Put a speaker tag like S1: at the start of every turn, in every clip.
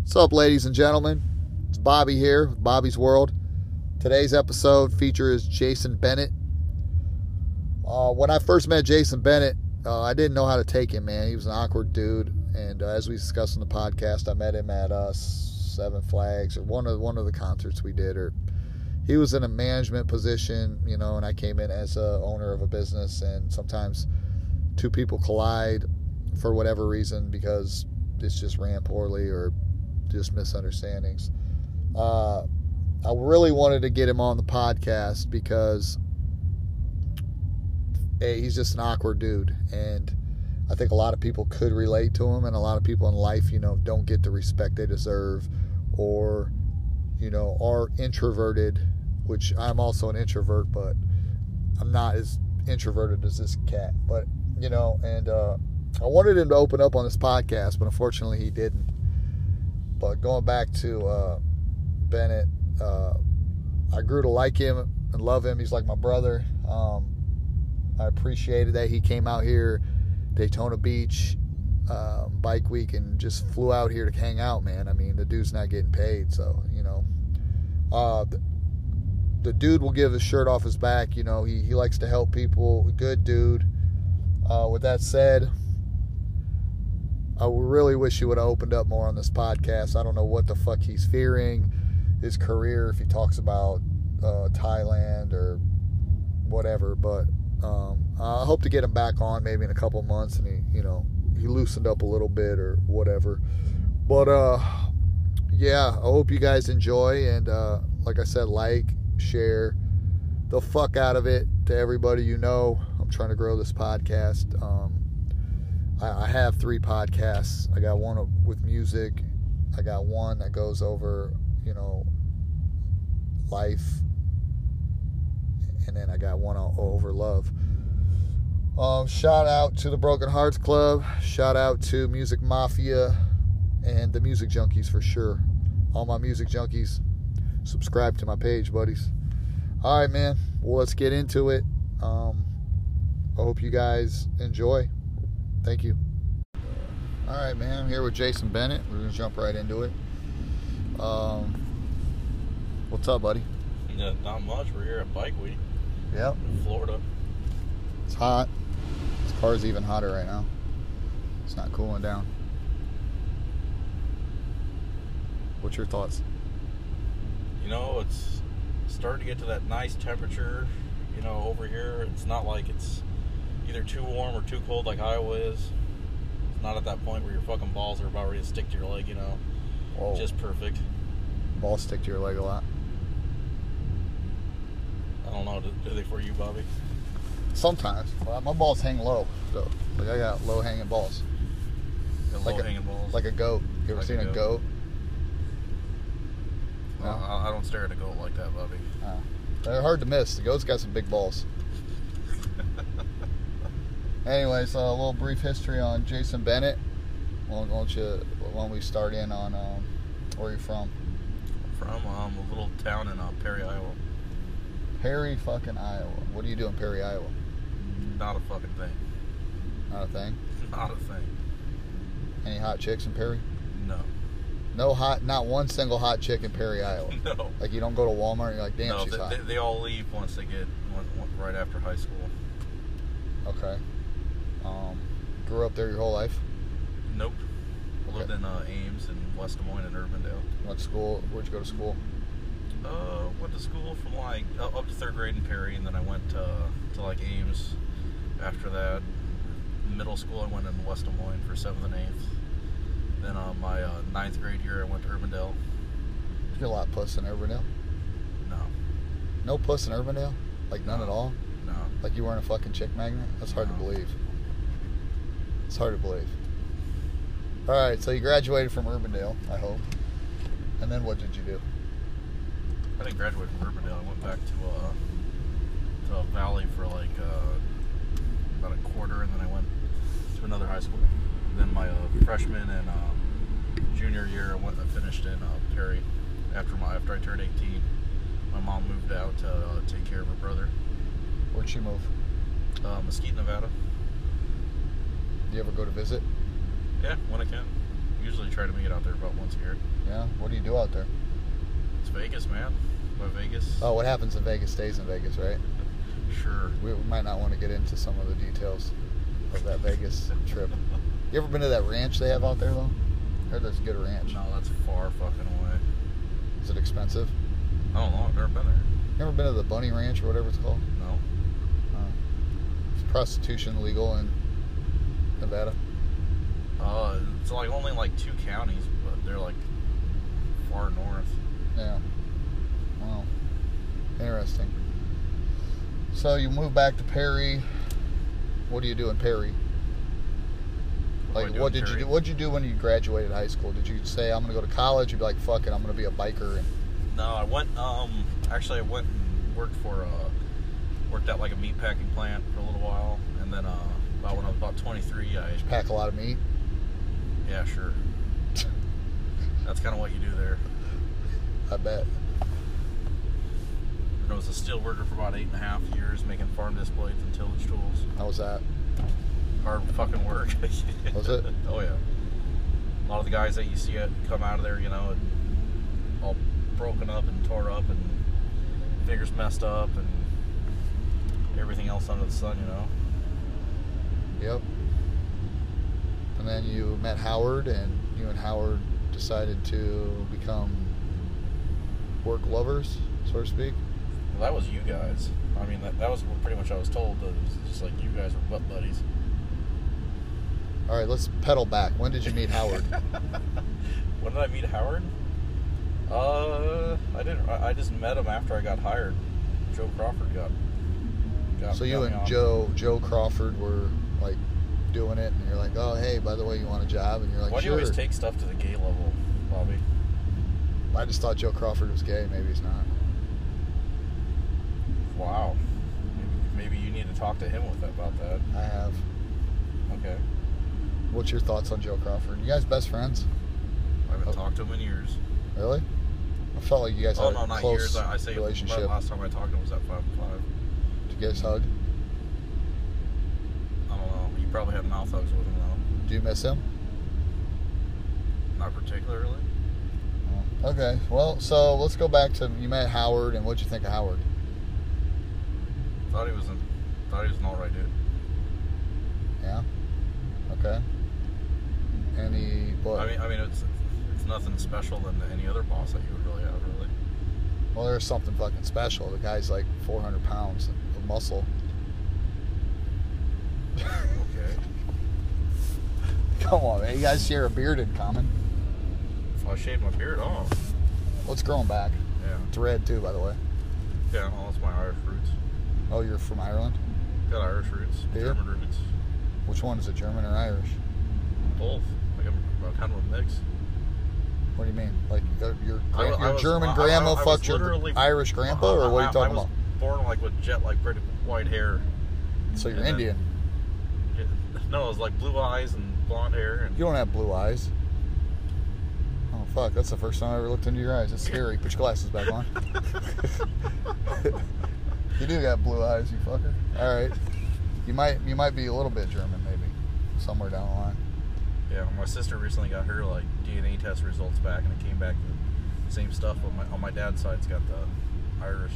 S1: What's up, ladies and gentlemen? It's Bobby here with Bobby's World. Today's episode features Jason Bennett. Uh, when I first met Jason Bennett, uh, I didn't know how to take him, man. He was an awkward dude, and uh, as we discussed in the podcast, I met him at uh, Seven Flags or one of one of the concerts we did. Or he was in a management position, you know, and I came in as a owner of a business, and sometimes two people collide for whatever reason because it's just ran poorly or just misunderstandings. Uh, I really wanted to get him on the podcast because hey, he's just an awkward dude, and I think a lot of people could relate to him, and a lot of people in life, you know, don't get the respect they deserve, or you know, are introverted, which I'm also an introvert, but I'm not as introverted as this cat. But you know, and uh, I wanted him to open up on this podcast, but unfortunately, he didn't. But going back to uh, Bennett, uh, I grew to like him and love him. He's like my brother. Um, I appreciated that he came out here, Daytona Beach uh, Bike Week, and just flew out here to hang out, man. I mean, the dude's not getting paid, so you know. Uh, the, the dude will give his shirt off his back. You know, he he likes to help people. Good dude. Uh, with that said, I really wish he would have opened up more on this podcast. I don't know what the fuck he's fearing, his career, if he talks about uh, Thailand or whatever. But um, I hope to get him back on maybe in a couple months, and he, you know, he loosened up a little bit or whatever. But uh, yeah, I hope you guys enjoy, and uh, like I said, like, share the fuck out of it to everybody you know. I'm trying to grow this podcast. Um, I, have three podcasts. I got one with music. I got one that goes over, you know, life, and then I got one over love. Um, shout out to the Broken Hearts Club. Shout out to Music Mafia and the Music Junkies for sure. All my music junkies, subscribe to my page, buddies. All right, man. Well, let's get into it. Um, I hope you guys enjoy. Thank you. All right, man. I'm here with Jason Bennett. We're gonna jump right into it. Um, what's up, buddy?
S2: Yeah, not much. We're here at Bike Week
S1: Yep.
S2: in Florida.
S1: It's hot. This car's even hotter right now. It's not cooling down. What's your thoughts?
S2: You know, it's starting to get to that nice temperature. You know, over here, it's not like it's either too warm or too cold like Iowa is. It's not at that point where your fucking balls are about ready to stick to your leg. You know,
S1: Whoa.
S2: just perfect.
S1: balls stick to your leg a lot.
S2: I don't know. Do, do they for you, Bobby?
S1: Sometimes. Well, my balls hang low, though. Like I got low hanging balls. Like a-
S2: low hanging balls.
S1: Like a goat. You ever
S2: Like a
S1: seen a
S2: goat.
S1: goat?
S2: I- I, I don't stare at a goat like that, Bobby.
S1: Uh, they're hard to miss. The goat's got some big balls. Anyway, so uh, a little brief history on Jason Bennett. Why don't you? Why don't we start in on um, where you're from?
S2: From um, a little town in uh, Perry, Iowa.
S1: Perry, fucking Iowa. What do you do in Perry, Iowa?
S2: Not a fucking thing.
S1: Not a thing.
S2: Not a thing.
S1: Any hot chicks in Perry?
S2: No.
S1: No hot. Not one single hot chick in Perry, Iowa.
S2: No.
S1: Like you don't go to Walmart. and You're like, damn,
S2: no,
S1: she's
S2: they,
S1: hot.
S2: they, they all leave once they get one, one, right after high school.
S1: Okay. Um, grew up there your whole life.
S2: Nope. I lived
S1: Okay.
S2: in uh, Ames and West Des Moines and Urbandale.
S1: Went to school. Where'd you go to school?
S2: Uh, went to school from like uh, up to third grade in Perry, and then I went uh, to like Ames. After that, middle school I went in West Des Moines for seventh and eighth. Then uh, my uh, ninth grade year I went to Urbandale.
S1: You get a lot of puss in Urbandale.
S2: No,
S1: No puss in Urbandale. Like none at all.
S2: no,
S1: Like you weren't a fucking chick magnet? That's hard to believe. It's hard to believe. All right, so you graduated from Urbandale, I hope. And then what did you do?
S2: I didn't graduate from Urbandale. I went back to uh, to Valley for like uh, about a quarter, and then I went to another high school. Then my uh, freshman and uh, junior year, I went. I finished in uh, Perry. After my after I turned 18, my mom moved out to uh, take care of her brother,
S1: Where'd she move?
S2: uh, Mesquite, Nevada.
S1: Do you ever go to visit?
S2: Yeah, when I can. usually try to make it out there about once a year.
S1: Yeah. What do you do out there?
S2: It's Vegas, man. By Vegas.
S1: Oh, what happens in Vegas stays in Vegas, right?
S2: Sure.
S1: We, we might not want to get into some of the details of that Vegas trip. You ever been to that ranch they have out there though? heard there's a good ranch.
S2: No, that's far fucking away.
S1: Is it expensive?
S2: I don't know. I've never been there.
S1: You ever been to the Bunny Ranch or whatever it's called?
S2: No.
S1: Uh, is prostitution legal in Nevada?
S2: Uh, it's like only like two counties, but they're like far north.
S1: Yeah. Wow. Interesting. So you move back to Perry. What do you do in Perry?
S2: do I
S1: Like,
S2: do
S1: what
S2: in
S1: did you
S2: Perry?
S1: do? What did you do when you graduated high school? Did you say I'm gonna go to college? You'd be like, fuck it, I'm gonna be a biker. And,
S2: No, I went. Um, actually, I went and worked for. Uh, worked at like a meat packing plant for a little while, and then uh, about when I was about 23, I
S1: pack a lot of meat.
S2: yeah, sure. That's kind of what you do there.
S1: I bet.
S2: I was a steel worker for about eight and a half years, making farm displays and tillage tools.
S1: How was that?
S2: Hard fucking work.
S1: Was it?
S2: Oh yeah. A lot of the guys that you see it come out of there, you know, all broken up and tore up and fingers messed up and everything else under the sun, you know.
S1: Yep. And then you met Howard, and you and Howard decided to become work lovers, so to speak.
S2: Well, that was you guys. I mean, that, that was pretty much I was told that it was just like you guys were butt buddies.
S1: All right, let's pedal back. When did you meet Howard?
S2: When did I meet Howard? Uh, I didn't. I, I just met him after I got hired. Joe Crawford got. got
S1: so
S2: got
S1: you
S2: me
S1: and
S2: on.
S1: Joe Joe Crawford were like doing it, and you're like, oh hey, by the way, you want a job? And you're like,
S2: Why do you
S1: sure.
S2: always take stuff to the gay level, Bobby?
S1: I just thought Joe Crawford was gay. Maybe he's not.
S2: Wow. Maybe, maybe you need to talk to him with about that.
S1: I have.
S2: Okay.
S1: What's your thoughts on Joe Crawford? You guys best friends?
S2: I haven't
S1: Oh.
S2: talked to him in years.
S1: Really? I felt like you guys
S2: Oh
S1: had
S2: no,
S1: a
S2: not
S1: close
S2: years. I, I say
S1: relationship.
S2: last time I talked to him was at five and five.
S1: Did you guys hug?
S2: I don't know. You probably had mouth hugs with him though.
S1: Do you miss him?
S2: Not particularly.
S1: Okay. Well, so let's go back to you met Howard, and what'd you think of Howard?
S2: Thought he was an, thought he was an all right dude.
S1: Yeah. Okay. And he, what?
S2: I mean, I mean, it's it's nothing special than any other boss that you would really have, really.
S1: well, there's something fucking special. The guy's like 400 pounds of muscle.
S2: Okay.
S1: Come on, man. You guys share a beard in common.
S2: If I shaved my beard off.
S1: What's growing back?
S2: Yeah.
S1: It's red too, by the way.
S2: Yeah. Well, that's my Irish roots.
S1: Oh, you're from Ireland.
S2: Got Irish roots.
S1: Yeah.
S2: German roots.
S1: Which one is it, German or Irish?
S2: Both. Like I'm, I'm kind of a mix.
S1: What do you mean? Like your your,
S2: I
S1: gran-
S2: wa- I
S1: your
S2: was-
S1: German
S2: I- I-
S1: grandma
S2: I was
S1: fucked your
S2: literally-
S1: Irish grandpa,
S2: I-
S1: or what are
S2: I-
S1: you talking
S2: I was
S1: about?
S2: Born like with jet, like pretty white hair.
S1: So you're
S2: and then-
S1: Indian.
S2: Yeah. No, it was like blue eyes and blonde hair and
S1: You don't have blue eyes. Oh fuck, that's the first time I ever looked into your eyes. That's scary. Put your glasses back on. you do got blue eyes, you fucker. Alright. You might you might be a little bit German maybe. Somewhere down the line.
S2: yeah. My sister recently got her like DNA test results back, and it came back the same stuff. But my on my dad's side's got the Irish.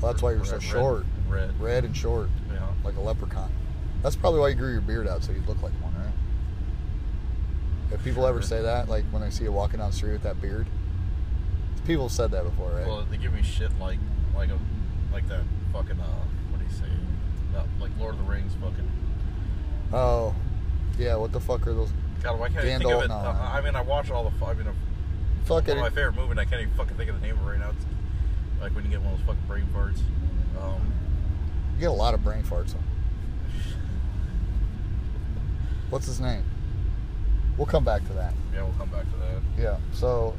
S1: Well, that's why you're
S2: red-
S1: so
S2: red-
S1: short.
S2: Red.
S1: Red and short,
S2: Yeah.
S1: like a leprechaun. That's probably why you grew your beard out so you look like one, right? If people ever
S2: Sure.
S1: say that, like when I see you walking down the street with that beard. People have said that before, right?
S2: Well, they give me shit like like a like that fucking uh what do you say? That, like Lord of the Rings fucking.
S1: oh. Yeah, what the fuck are those
S2: God, why can't I think
S1: Gandalf,
S2: of it?
S1: no,
S2: Uh,
S1: no.
S2: I mean, I watch all the. fu- I mean, uh,
S1: fucking
S2: one of my favorite movie, and I can't even fucking think of the name of it right now. It's like when you get one of those fucking brain farts. Um,
S1: You get a lot of brain farts on. What's his name? We'll come back to that.
S2: yeah, we'll come back to that.
S1: Yeah. So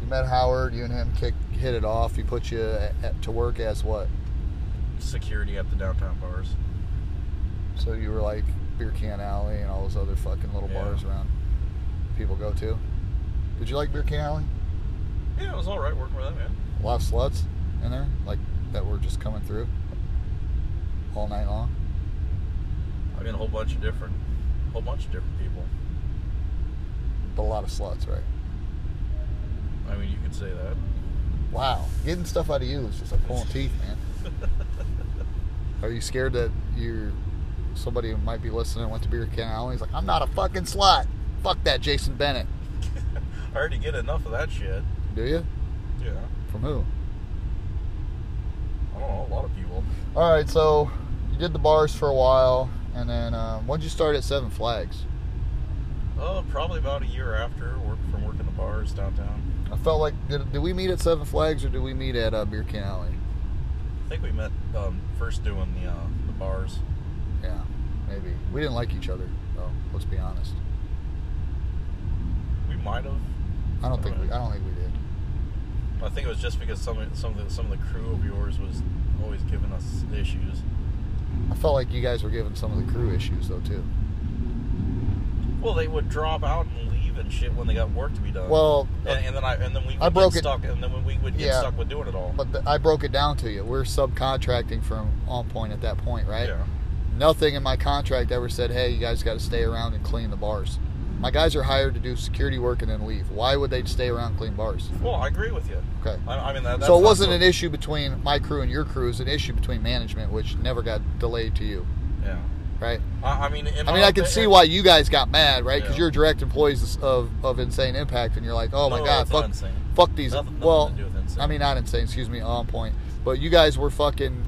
S1: you met Howard. You and him kick, hit it off. He put you at, at- to work as what?
S2: Security at the downtown bars.
S1: So you were like Beer Can Alley and all those other fucking little
S2: Yeah.
S1: bars around people go to. Did you like Beer Can Alley?
S2: Yeah, it was all right working with them, man.
S1: A lot of sluts in there, like that were just coming through all night long.
S2: I mean, a whole bunch of different, whole bunch of different people.
S1: but a lot of sluts, right?
S2: I mean, you could say that.
S1: Wow, getting stuff out of you is just like pulling teeth, man. Are you scared that you somebody who might be listening and went to Beer Can Alley? He's like, I'm not a fucking slut. Fuck that, Jason Bennett.
S2: I already get enough of that shit.
S1: Do you?
S2: Yeah.
S1: From who?
S2: I don't know. A lot of people.
S1: All right, so you did the bars for a while, and then um, when'd you start at Seven Flags?
S2: Uh, probably about a year after work from working the bars downtown.
S1: I felt like did, did we meet at Seven Flags or did we meet at uh, Beer Can Alley?
S2: I think we met um, first doing the uh, the bars.
S1: Yeah, maybe we didn't like each other though. Let's be honest.
S2: We might have.
S1: I don't think we. I don't think we did.
S2: I think it was just because some some of the, some of the crew of yours was always giving us issues.
S1: I felt like you guys were giving some of the crew issues though too.
S2: Well, they would drop out and leave and shit when they got work to be done.
S1: Well,
S2: and, and then I and then we would
S1: I broke
S2: get
S1: it-
S2: stuck, and then when we would get
S1: Yeah.
S2: stuck with doing it all.
S1: but the, I broke it down to you. We're subcontracting from On Point at that point, right?
S2: Yeah.
S1: Nothing in my contract ever said, "Hey, you guys got to stay around and clean the bars." My guys are hired to do security work and then leave. Why would they stay around and clean bars?
S2: Well, I agree with you.
S1: Okay.
S2: I, I mean, that, that's
S1: so it
S2: not
S1: wasn't
S2: so-
S1: an issue between my crew and your crew. It was an issue between management, which never got delayed to you,
S2: Yeah.
S1: right?
S2: I, I mean, in
S1: I mean,
S2: my
S1: I can
S2: opi-
S1: see why you guys got mad, right? Because
S2: Uh, Yeah.
S1: you're direct employees of, of Insane Impact, and you're like, oh my
S2: No,
S1: god,
S2: it's
S1: fuck,
S2: not insane.
S1: fuck these.
S2: Nothing- nothing
S1: well,
S2: to do with Insane.
S1: I mean, not Insane, excuse me, on point. But you guys were fucking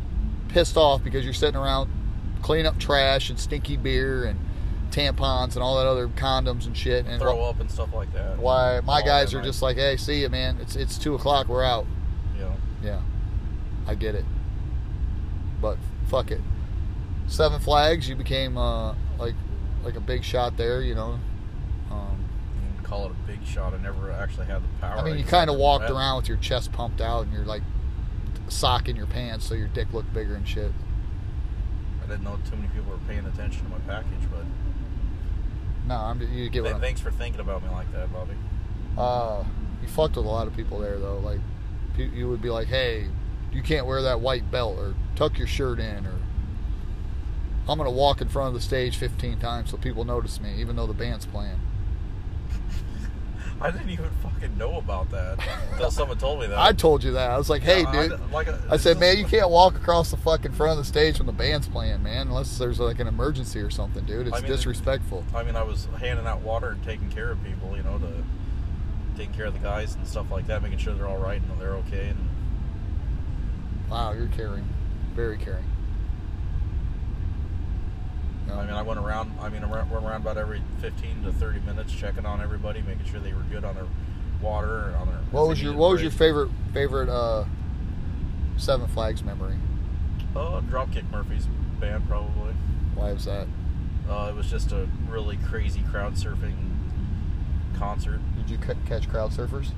S1: pissed off because you're sitting around cleaning up trash and stinky beer and tampons and all that other condoms and shit. And
S2: throw up and stuff like that.
S1: why my
S2: Oh,
S1: guys
S2: man,
S1: are
S2: I-
S1: just like, hey, see you, man. It's it's two o'clock, we're out.
S2: You know,
S1: Yeah, I get it. But fuck it. Seven Flags, you became uh, like like a big shot there, you know. Um,
S2: you can call it a big shot. I never actually had the power.
S1: I mean, you
S2: just
S1: kind of
S2: never
S1: walked
S2: had it.
S1: around with your chest pumped out and you're like sock in your pants so your dick looked bigger and shit.
S2: I didn't know too many people were paying attention to my package, but
S1: No, I'm you get what
S2: th-
S1: I'm.
S2: thanks for thinking about me like that, Bobby.
S1: Uh, you fucked with a lot of people there though. Like you, you would be like, hey, you can't wear that white belt or tuck your shirt in or. I'm gonna walk in front of the stage 15 times so people notice me, even though the band's playing.
S2: I didn't even fucking know about that until someone told me that.
S1: I told you that. I was like, hey,
S2: I- I-
S1: dude.
S2: like uh, a-
S1: I said, man, you can't walk across the fucking front of the stage when the band's playing, man, unless there's like an emergency or something, dude. It's
S2: I mean,
S1: disrespectful.
S2: I mean, I was handing out water and taking care of people, you know, to taking care of the guys and stuff like that, making sure they're all right and they're okay. And
S1: Wow, you're caring. Very caring. No.
S2: I mean, I went around. I mean, I went around about every 15 to 30 minutes, checking on everybody, making sure they were good on their water and on their.
S1: what
S2: if
S1: was
S2: they
S1: your
S2: needed
S1: What was your
S2: breaks.
S1: favorite favorite uh, Seven Flags memory?
S2: Uh, Dropkick Murphys band probably.
S1: Why is that?
S2: Uh, it was just a really crazy crowd surfing concert.
S1: Did you c- catch crowd surfers?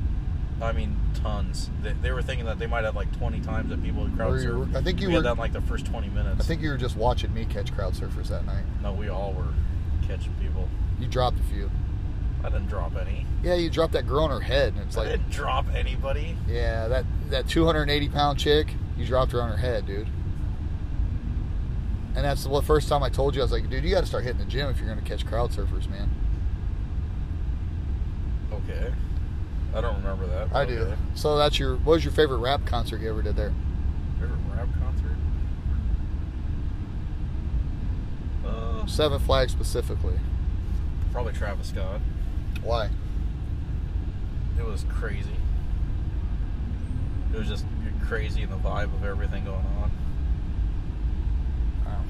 S2: I mean, tons. They, they were thinking that they might have like 20 times that people would crowd
S1: Were you-
S2: surf.
S1: I think you
S2: we
S1: were-
S2: had that in like the first 20 minutes.
S1: I think you were just watching me catch crowd surfers that night.
S2: No, we all were catching people.
S1: You dropped a few.
S2: I didn't drop any.
S1: Yeah, you dropped that girl on her head, and it's
S2: I
S1: like,
S2: didn't drop anybody.
S1: yeah, that that 280 pound chick, you dropped her on her head, dude. And that's the first time I told you, I was like, dude, you got to start hitting the gym if you're going to catch crowd surfers, man.
S2: Okay. I don't remember that. but
S1: I do.
S2: okay.
S1: So that's your. What was your favorite rap concert you ever did there?
S2: Favorite rap concert? Uh,
S1: Seven Flags specifically.
S2: probably Travis Scott.
S1: Why?
S2: It was crazy. It was just crazy and the vibe of everything going on.
S1: Wow.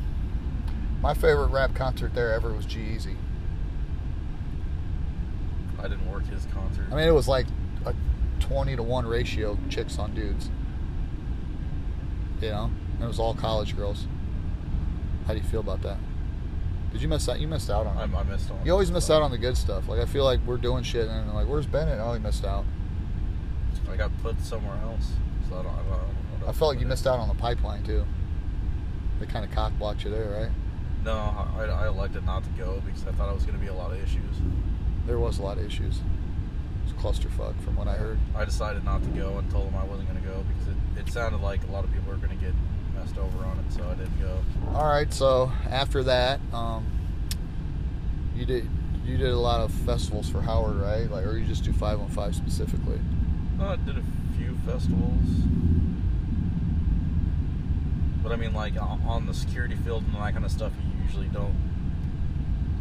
S1: My favorite rap concert there ever was G Easy.
S2: I didn't work his concert.
S1: I mean, it was like a twenty to one ratio chicks on dudes. You know, and it was all college girls. How do you feel about that? Did you miss out? You missed out on it.
S2: I, I missed on.
S1: you always miss out on the good stuff. Like I feel like we're doing shit, and I'm like, "Where's Bennett?" Oh, he missed out.
S2: I got put somewhere else, so I don't. I, don't, I, don't know
S1: I felt like you missed out on the pipeline too. They kind of cock blocked you there, right?
S2: No, I, I elected not to go because I thought it was going to be a lot of issues.
S1: There was a lot of issues. It was a clusterfuck from what I heard.
S2: I decided not to go and told them I wasn't going to go because it, it sounded like a lot of people were going to get messed over on it, so I didn't go.
S1: All right, so after that, um, you did you did a lot of festivals for Howard, right? Like, or you just do five on five specifically?
S2: Uh, did a few festivals. But I mean, like o- on the security field and that kind of stuff, you usually don't.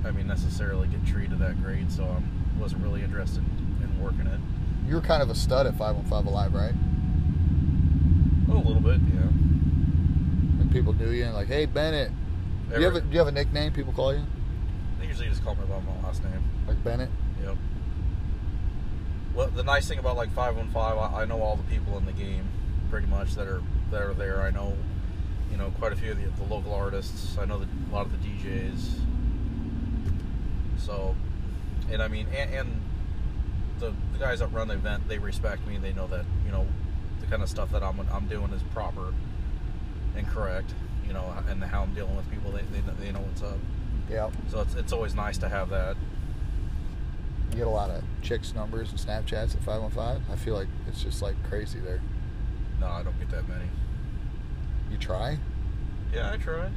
S2: I mean, necessarily get treated that great, so I wasn't really interested in, in working it.
S1: You were kind of a stud at five on five alive, right?
S2: A little bit, yeah.
S1: Like people knew you and like, hey Bennett. Do you have
S2: Every-
S1: a do you have a nickname people call you?
S2: They usually just call me by my last name.
S1: Like Bennett?
S2: Yep. Well, the nice thing about like 515, I, I know all the people in the game pretty much that are that are there. I know, you know, quite a few of the, the local artists. I know the, a lot of the DJs. So, and I mean, and, and the, the guys that run the event, they respect me. They know that you know the kind of stuff that I'm I'm doing is proper and correct. You know, and how I'm dealing with people, they they, know- they know what's up.
S1: Yeah.
S2: So it's it's always nice to have that.
S1: You get a lot of chicks numbers and Snapchats at five on five. I feel like it's just like crazy there.
S2: No, I don't get that many.
S1: You try?
S2: Yeah, I tried.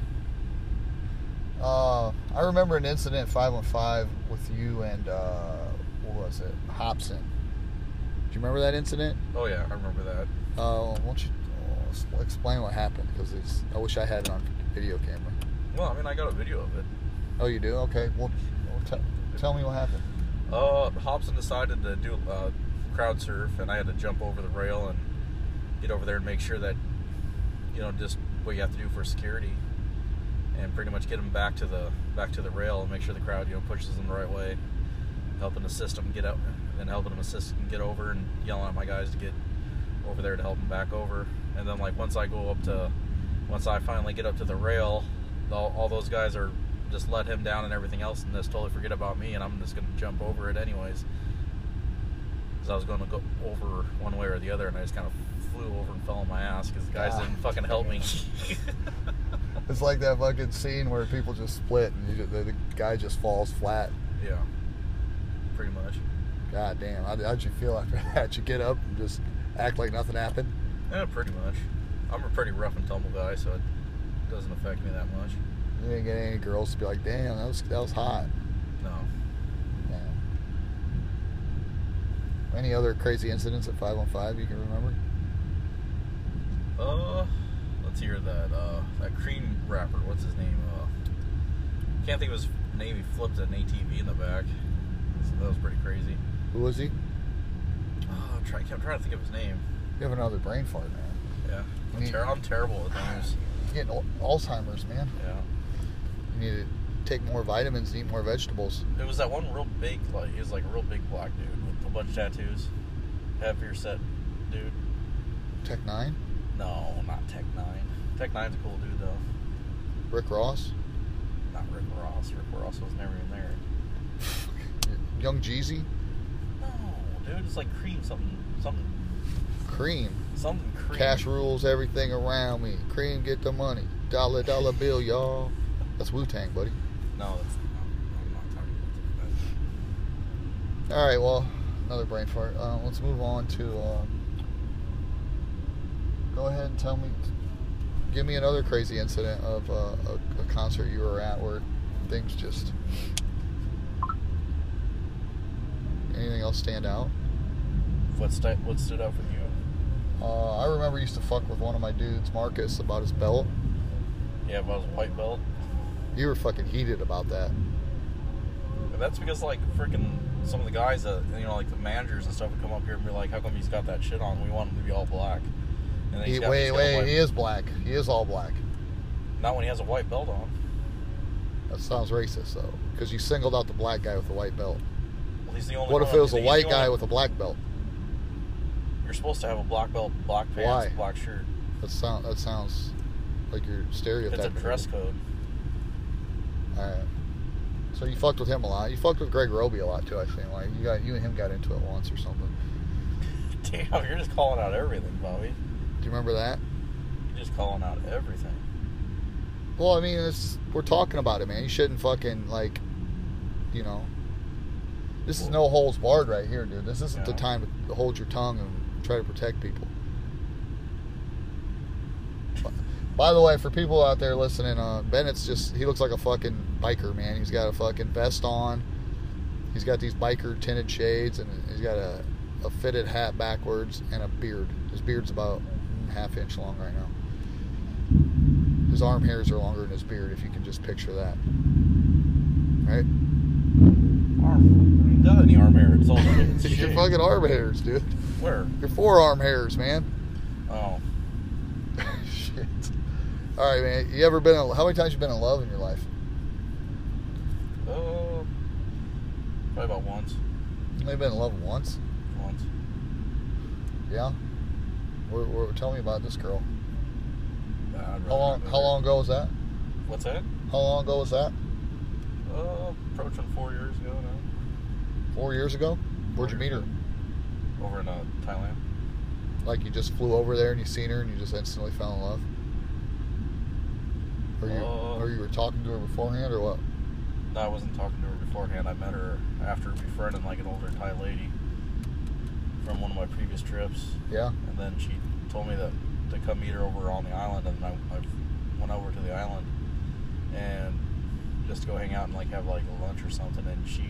S1: Uh, I remember an incident five on five with you and uh, what was it? Hobson. Do you remember that incident?
S2: Oh yeah, I remember that.
S1: Uh, why don't you uh, s- explain what happened? Because I wish I had it on video camera.
S2: Well, I mean, I got a video of it.
S1: Oh, you do? Okay. Well, well t- tell me what happened.
S2: Uh, Hobson decided to do uh, crowd surf, and I had to jump over the rail and get over there and make sure that, you know, just what you have to do for security, and pretty much get them back to the back to the rail and make sure the crowd, you know, pushes them the right way, helping assist them get out, and helping them assist them get over, and yelling at my guys to get over there to help them back over, and then like once I go up to, once I finally get up to the rail, all, all those guys are just let him down and everything else and just totally forget about me and I'm just gonna jump over it anyways. Cause I was gonna go over one way or the other and I just kind of flew over and fell on my ass because the guys
S1: Ah.
S2: didn't fucking help me.
S1: It's like that fucking scene where people just split and you just, the, the guy just falls flat.
S2: yeah, pretty much.
S1: God damn. How, how'd you feel after that? Did you get up and just act like nothing happened?
S2: Yeah, pretty much. I'm a pretty rough and tumble guy, so it doesn't affect me that much.
S1: You didn't get any girls to be like, damn, that was, that was hot.
S2: No.
S1: Yeah. Any other crazy incidents at 515 you can remember?
S2: Uh, let's hear that. Uh, that cream rapper. What's his name? Uh, can't think of his name. He flipped an ATV in the back. So that was pretty crazy.
S1: Who was he? You
S2: Oh, I'm trying, I'm trying to think of his name.
S1: have another brain fart, man.
S2: Yeah, I'm,
S1: Me-
S2: ter- I'm terrible with names.
S1: You're getting al- Alzheimer's, man.
S2: Yeah,
S1: You need to take more vitamins and eat more vegetables.
S2: it was that one real big, like he was like a real big black dude with a bunch of tattoos, heavier set dude.
S1: Tech 9?
S2: No, not Tech Nine. Tech Nine's a cool dude though.
S1: Rick Ross?
S2: Not Rick Ross. Rick Ross was never even there.
S1: Young Jeezy?
S2: No, dude, it's like cream something, something,
S1: Cream?
S2: something cream.
S1: Cash rules everything around me. Cream, get the money. Dollar, dollar bill, y'all. That's Wu Tang, buddy.
S2: No, that's, I'm not talking about that.
S1: All right, well, another brain fart. Uh, let's move on to. Um, go ahead and tell me. Give me another crazy incident of uh, a, a concert you were at where things just. Anything else stand out?
S2: What stu- what stood out for you?
S1: Uh, I remember I used to fuck with one of my dudes, Marcus, about his belt.
S2: Yeah, if I was a white belt.
S1: You were fucking heated about that.
S2: But that's because like freaking some of the guys that you know like the managers and stuff would come up here and be like, "How come he's got that shit on? We want him to be all black." And then
S1: He,
S2: he's got-
S1: wait,
S2: he's got a
S1: wait,
S2: white-
S1: he is black. He is all black.
S2: Not when he has a white belt on.
S1: That sounds racist, though, because you singled out the black guy with the white belt.
S2: Well, he's the only.
S1: What
S2: one.
S1: if it was a
S2: He's the
S1: white
S2: only-
S1: guy with a black belt?
S2: You're supposed to have a black belt, black pants,
S1: Why?
S2: black shirt.
S1: That sound that sounds like you're stereotyping.
S2: It's a dress code.
S1: All right. So you fucked with him a lot. You fucked with Greg Roby a lot too. I think like you got you and him got into it once or something.
S2: Damn, you're just calling out everything, Bobby.
S1: Do you remember that?
S2: You're just calling out everything.
S1: Well, I mean, it's, we're talking about it, man. You shouldn't fucking like, you know. This is no holds barred right here, dude. This isn't the
S2: Yeah.
S1: time to hold your tongue and try to protect people. By- By the way, for people out there listening, uh, Bennett's just—he looks like a fucking biker, man. He's got a fucking vest on, He's got these biker tinted shades, and he's got a, a fitted hat backwards and a beard. His beard's about a half inch long right now. His arm hairs are longer than his beard, if you can just picture that. Right?
S2: Arm. Does any arm hair? It's all it's
S1: Your
S2: shaved.
S1: fucking arm hairs, dude.
S2: Where?
S1: Your forearm hairs, man.
S2: Oh,
S1: Shit. All right, man. You ever been? In, how many times you been in love in your life?
S2: uh, probably about once.
S1: Only been in love once.
S2: Once.
S1: Yeah. We're, we're, tell me about this girl.
S2: Nah, I'd rather
S1: How long?
S2: not go
S1: How
S2: there.
S1: long ago was that?
S2: What's that?
S1: How long ago was that?
S2: Uh, approaching four years ago now.
S1: Four years ago. Where'd you meet her?
S2: Over in uh, Thailand.
S1: Like you just flew over there and you seen her and you just instantly fell in love. Or you,
S2: Uh,
S1: or you were talking to her beforehand, or what?
S2: No, I wasn't talking to her beforehand. I met her after befriending like an older Thai lady from one of my previous trips,
S1: Yeah.
S2: and then she told me that to come meet her over on the island, and I, I went over to the island and just to go hang out and like have like lunch or something. And she,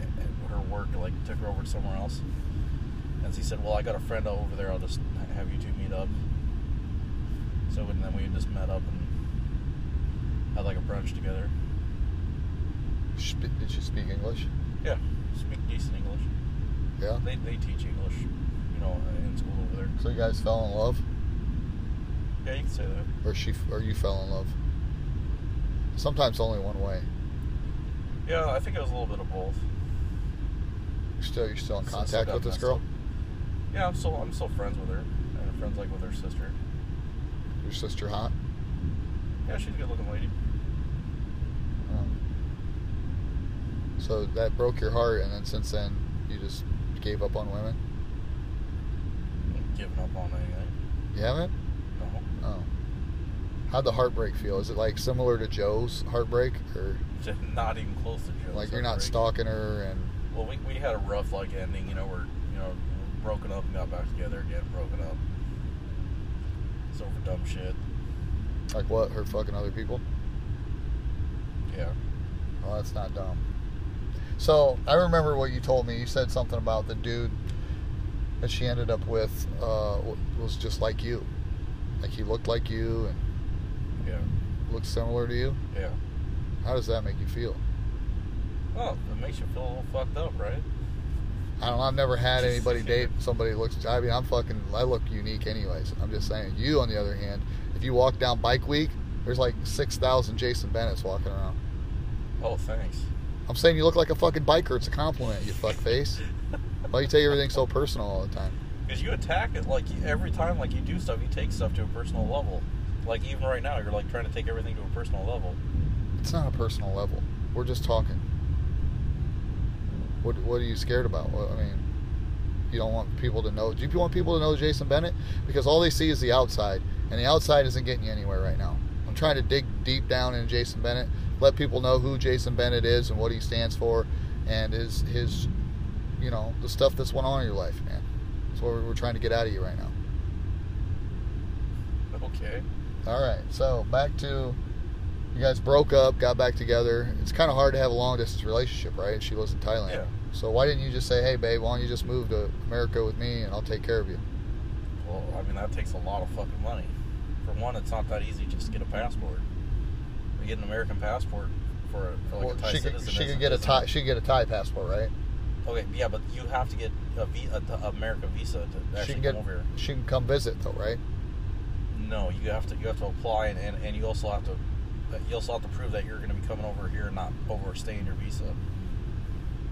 S2: and her work like took her over to somewhere else, and she said, "Well, I got a friend over there. I'll just have you two meet up." So and then we just met up and had like a brunch together.
S1: She sp- Did she speak English?
S2: Yeah, speak decent English.
S1: Yeah.
S2: They, they teach English, you know, in school over there.
S1: So you guys fell in love,
S2: Yeah, you can say that.
S1: or she, or you fell in love. Sometimes only one way.
S2: Yeah, I think it was a little bit of both.
S1: You're still, you're still in
S2: So- so
S1: contact
S2: that
S1: with this
S2: messed
S1: girl,
S2: up. Yeah, I'm still I'm still friends with her. And friends like with her sister.
S1: your sister, hot.
S2: Yeah, she's a good looking lady.
S1: Um, so that broke your heart, and then since then, you just gave up on women.
S2: Not giving up on anything.
S1: You haven't?
S2: No.
S1: Oh. How'd the heartbreak feel? Is it like similar to Joe's heartbreak, or
S2: Just not even close to Joe.
S1: like you're not stalking her and
S2: Well we, we had a rough like ending, you know, we're you know, broken up and got back together again, broken up. So for dumb shit.
S1: like what her fucking other people?
S2: Yeah.
S1: Well, that's not dumb. So I remember what you told me. You said something about the dude that she ended up with uh, w- was just like you, like he looked like you and
S2: Yeah.
S1: looked similar to you.
S2: Yeah.
S1: How does that make you feel?
S2: Oh, it makes you feel a little fucked up, right?
S1: I don't know. I've never had
S2: Just
S1: anybody date
S2: figure.
S1: somebody that looks. I mean, I'm fucking. I look unique, anyways. I'm just saying. You, on the other hand, if you walk down Bike Week, there's like six thousand Jason Bennett's walking around.
S2: Oh thanks.
S1: I'm saying you look like a fucking biker. It's a compliment, you fuckface. Why you take everything so personal all the time?
S2: Because you attack it like every time, like you do stuff, you take stuff to a personal level. Like even right now, you're like trying to take everything to a personal level.
S1: It's not a personal level. We're just talking. What What are you scared about? What, I mean, you don't want people to know. Do you want people to know Jason Bennett? Because all they see is the outside, and the outside isn't getting you anywhere right now. I'm trying to dig deep down in Jason Bennett, let people know who Jason Bennett is and what he stands for, and his his, you know, the stuff that's went on in your life, man. That's what we're, we're trying to get out of you right now.
S2: Okay.
S1: All right, so back to you guys broke up, got back together. It's kind of hard to have a long distance relationship, right? She lives in Thailand.
S2: Yeah.
S1: So why didn't you just say, hey, babe, why don't you just move to America with me and I'll take care of you?
S2: Well, I mean that takes a lot of fucking money. For one, it's not that easy just to get a passport. To get an American passport for, a- for like a Thai
S1: she could,
S2: citizen.
S1: she
S2: isn't-
S1: could get a
S2: isn't-
S1: Thai she could get a Thai passport, right?
S2: Okay, yeah, but you have to get a vi- a, a American visa to
S1: she can
S2: actually come
S1: get
S2: over here.
S1: she can come visit though, right?
S2: No, you have to you have to apply, and, and, and you also have to uh, you also have to prove that you're going to be coming over here, and not overstaying your visa.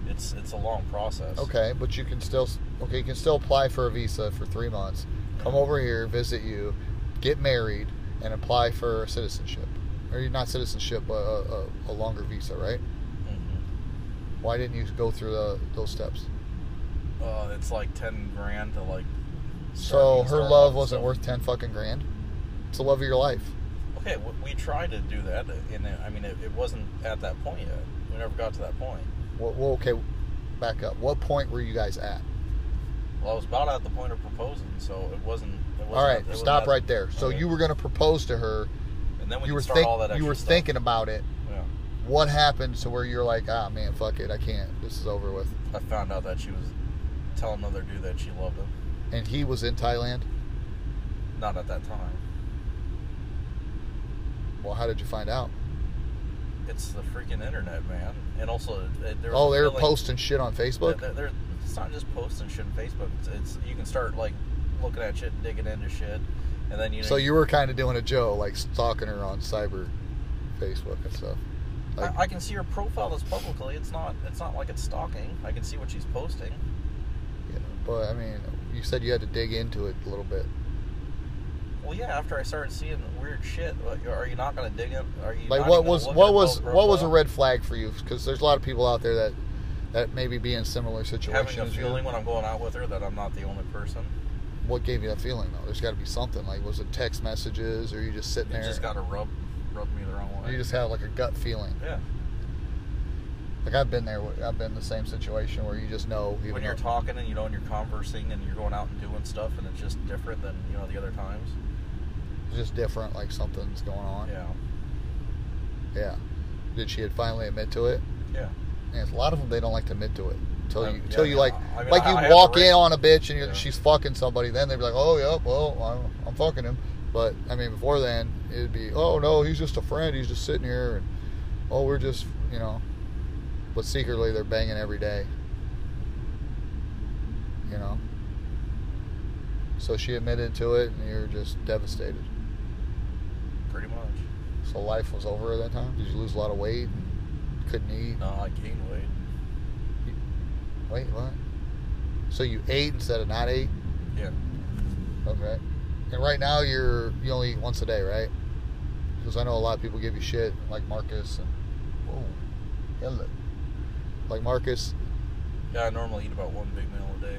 S2: It's it's a long process.
S1: Okay, but you can still okay, you can still apply for a visa for three months, come over here, visit you, get married, and apply for citizenship, or not citizenship, but a, a, a longer visa, right?
S2: Mhm.
S1: Why didn't you go through the, those steps?
S2: Uh, it's like ten grand to like.
S1: So
S2: start-
S1: her
S2: start
S1: love
S2: off,
S1: wasn't
S2: so-
S1: worth ten fucking grand. It's the love of your life.
S2: Okay, we, we tried to do that, uh, and it, I mean, it, it wasn't at that point yet. We never got to that point.
S1: Well, well, okay, back up. What point were you guys at?
S2: Well, I was about at the point of proposing, so it wasn't. It wasn't
S1: All right,
S2: it wasn't
S1: stop
S2: at-
S1: right there. So
S2: okay.
S1: you were going to propose to her.
S2: And then we
S1: you
S2: could
S1: were
S2: start
S1: think,
S2: all that.
S1: you
S2: extra
S1: were
S2: stuff.
S1: thinking about it,
S2: Yeah.
S1: what happened to where you're like, ah, man, fuck it, I can't. This is over with.
S2: I found out that she was telling another dude that she loved him.
S1: And he was in Thailand.
S2: Not at that time.
S1: Well, how did you find out?
S2: It's the freaking internet, man. And also, it, there was
S1: Oh,
S2: a
S1: they were
S2: feeling-
S1: posting shit on Facebook.
S2: There- there- it's not just posting shit on Facebook. It's, it's you can start like looking at shit, and digging into shit, and then you. Know,
S1: So you were kind of doing a Joe, like stalking her on cyber Facebook and stuff. Like,
S2: I, I can see her profile is publicly. It's not. It's not like it's stalking. I can see what she's posting.
S1: you know, but I mean, you said you had to dig into it a little bit.
S2: Well, yeah. After I started seeing weird shit, like, are you not gonna dig in? Are you
S1: Like,
S2: not
S1: what
S2: gonna
S1: was
S2: look at
S1: what
S2: her
S1: was
S2: pro-
S1: what was a
S2: profile?
S1: red flag for you? Because there's a lot of people out there that that maybe be in similar situations.
S2: having a
S1: as you.
S2: feeling when I'm going out with her that I'm not the only person?
S1: What gave you that feeling though? There's got to be something. Like, was it text messages, or you just sitting
S2: You
S1: there?
S2: just gotta rub rub me the wrong way.
S1: you just have like a gut feeling.
S2: yeah.
S1: Like I've been there. I've been in the same situation where you just know. Even
S2: When you're
S1: though-
S2: talking and you know and you're conversing and you're going out and doing stuff and it's just different than you know the other times.
S1: it's just different. Like something's going on.
S2: Yeah.
S1: Yeah. Did she finally admit to it?
S2: Yeah.
S1: And a lot of them they don't like to admit to it until
S2: Uh,
S1: you
S2: yeah,
S1: until you
S2: yeah.
S1: like
S2: I mean,
S1: like
S2: I-
S1: you
S2: I have
S1: walk
S2: a
S1: in
S2: ring.
S1: on a bitch and you're,
S2: Yeah.
S1: she's fucking somebody. Then they'd be like, oh yeah, well I'm, I'm fucking him. But I mean, before then it'd be, oh no, he's just a friend. He's just sitting here, and oh we're just you know, but secretly they're banging every day. You know. So she admitted to it, and you're just devastated.
S2: Pretty much.
S1: So life was over at that time. Did you lose a lot of weight? Couldn't eat.
S2: No, I gained weight.
S1: Wait, what? So you ate instead of not ate?
S2: Yeah.
S1: Okay. And right now you're you only eat once a day, right? Because I know a lot of people give you shit, like Marcus and whoa, hello. Like Marcus.
S2: Yeah, I normally eat about one big meal a day.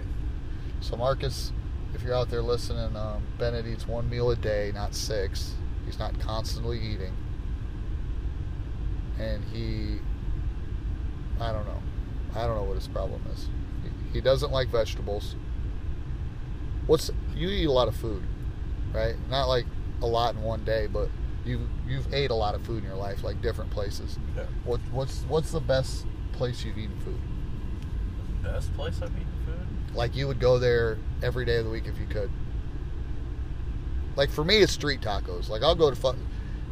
S1: So Marcus, if you're out there listening, um, Bennett eats one meal a day, not six. He's not constantly eating. And he, I don't know, I don't know what his problem is. He, he doesn't like vegetables. What's you eat a lot of food, right? Not like a lot in one day, but you you've ate a lot of food in your life, like different places.
S2: Yeah.
S1: What what's what's the best place you've eaten food?
S2: Best place I've eaten food?
S1: like you would go there every day of the week if you could. Like for me, it's street tacos. Like I'll go to fuck,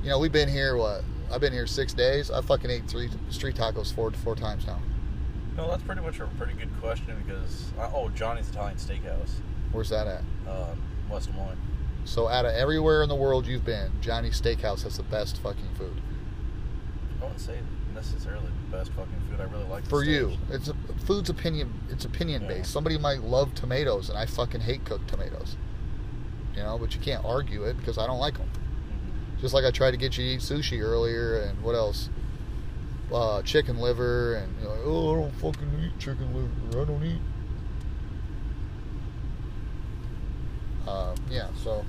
S1: you know, we've been here what I've been here six days. I fucking ate three street tacos four four times now.
S2: No, that's pretty much a pretty good question because I, oh Johnny's Italian Steakhouse,
S1: Where's that at?
S2: uh, West Des Moines.
S1: So out of everywhere in the world you've been, Johnny's Steakhouse has the best fucking food
S2: I wouldn't say necessarily the best fucking food. I really like the
S1: for you. It's
S2: steaks.
S1: a, food's opinion. It's opinion
S2: Yeah.
S1: based. Somebody might love tomatoes, and I fucking hate cooked tomatoes. You know, but you can't argue it because I don't like them.
S2: Mhm.
S1: Just like I tried to get you to eat sushi earlier, and what else? Uh, chicken liver, and you're like, oh, I don't fucking eat chicken liver. I don't eat. Uh, yeah. So,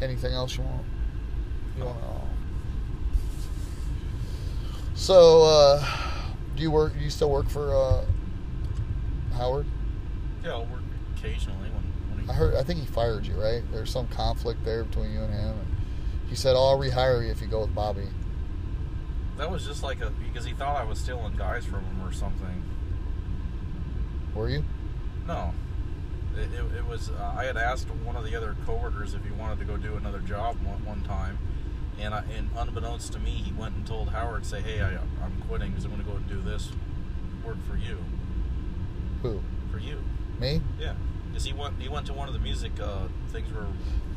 S1: anything else you want? You want? Oh. So, uh, do you work? You still work for uh, Howard?
S2: Yeah, I'll work occasionally when when he,
S1: I heard. I think he fired you, right? There's some conflict there between you and him. And he said, "Oh, "I'll rehire you if you go with Bobby."
S2: that was just like a because he thought I was stealing guys from him or something.
S1: Were you?
S2: No. It, it, it was. Uh, I had asked one of the other coworkers if he wanted to go do another job one, one time, and I, and unbeknownst to me, he went and told Howard, "Say, hey, I, I'm quitting because I'm going to go and do this work for you,
S1: Who?
S2: for you."
S1: Me?
S2: Yeah, because he went he went to one of the music uh, things where, where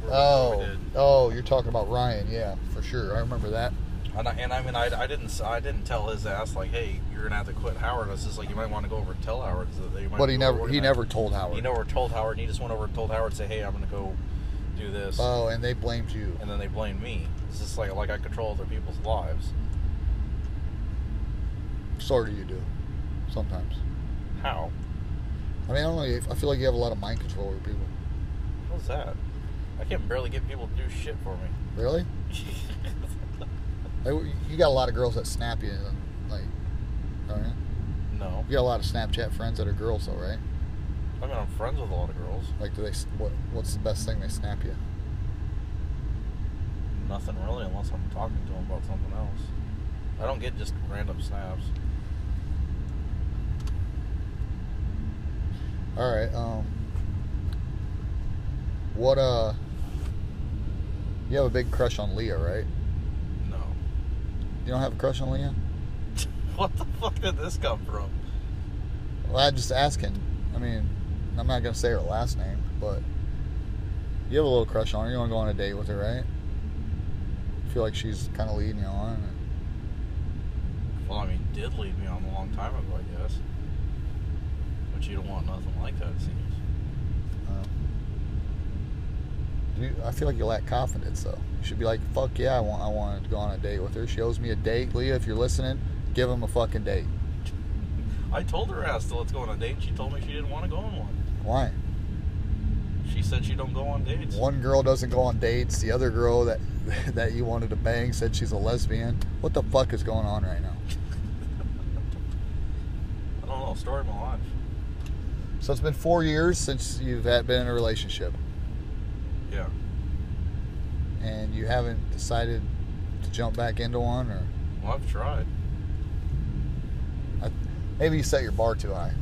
S2: we
S1: Oh,
S2: did,
S1: oh, you're talking about Ryan? Yeah, for sure. I remember that.
S2: and I, and I mean I, I didn't s- I didn't tell his ass like, hey, you're gonna have to quit Howard. I was just like, you might want to go over and tell Howard. so that you might
S1: But he
S2: go
S1: never
S2: over
S1: he
S2: and-
S1: never told Howard.
S2: he never told Howard. And he just went over and told Howard, say, hey, I'm going to go do this.
S1: Oh, and they blamed you.
S2: and then they blame me. It's just like like I control other people's lives.
S1: Sort of you do, sometimes.
S2: How?
S1: I mean, I don't know. you- I feel like you have a lot of mind control over people.
S2: What's that? I can barely get people to do shit for me.
S1: Really? Like, You got a lot of girls that snap you, and, like, all right.
S2: no,
S1: You got a lot of Snapchat friends that are girls, though, right?
S2: I mean I'm friends with a lot of girls.
S1: Like, do they? What What's the best thing they snap you?
S2: Nothing really, unless I'm talking to them about something else. I don't get just random snaps.
S1: All right. Um, what uh? You have a big crush on Leah, right?
S2: No.
S1: You don't have a crush on Leah?
S2: what the fuck did this come from?
S1: Well, I'm just asking. I mean, I'm not gonna say her last name, but you have a little crush on her. You want to go on a date with her, right? feel like she's kind of leading you on.
S2: Well, I mean, did leave me on a long time ago, I guess. But you don't want nothing like that, it seems.
S1: Um, you, I feel like you lack confidence, though. You should be like, "Fuck yeah, I want, I want to go on a date with her. She owes me a date, Leah. If you're listening, give him a fucking date.
S2: I told her ass to let's go on a date. She told me she didn't want to go on one.
S1: Why?
S2: She said she don't go on dates.
S1: One girl doesn't go on dates. The other girl that that you wanted to bang said she's a lesbian. What the fuck is going on right now?
S2: I don't know. Story of my life.
S1: So it's been four years since you've had been in a relationship,
S2: Yeah.
S1: and you haven't decided to jump back into one, or
S2: Well, I've tried.
S1: maybe you set your bar too high.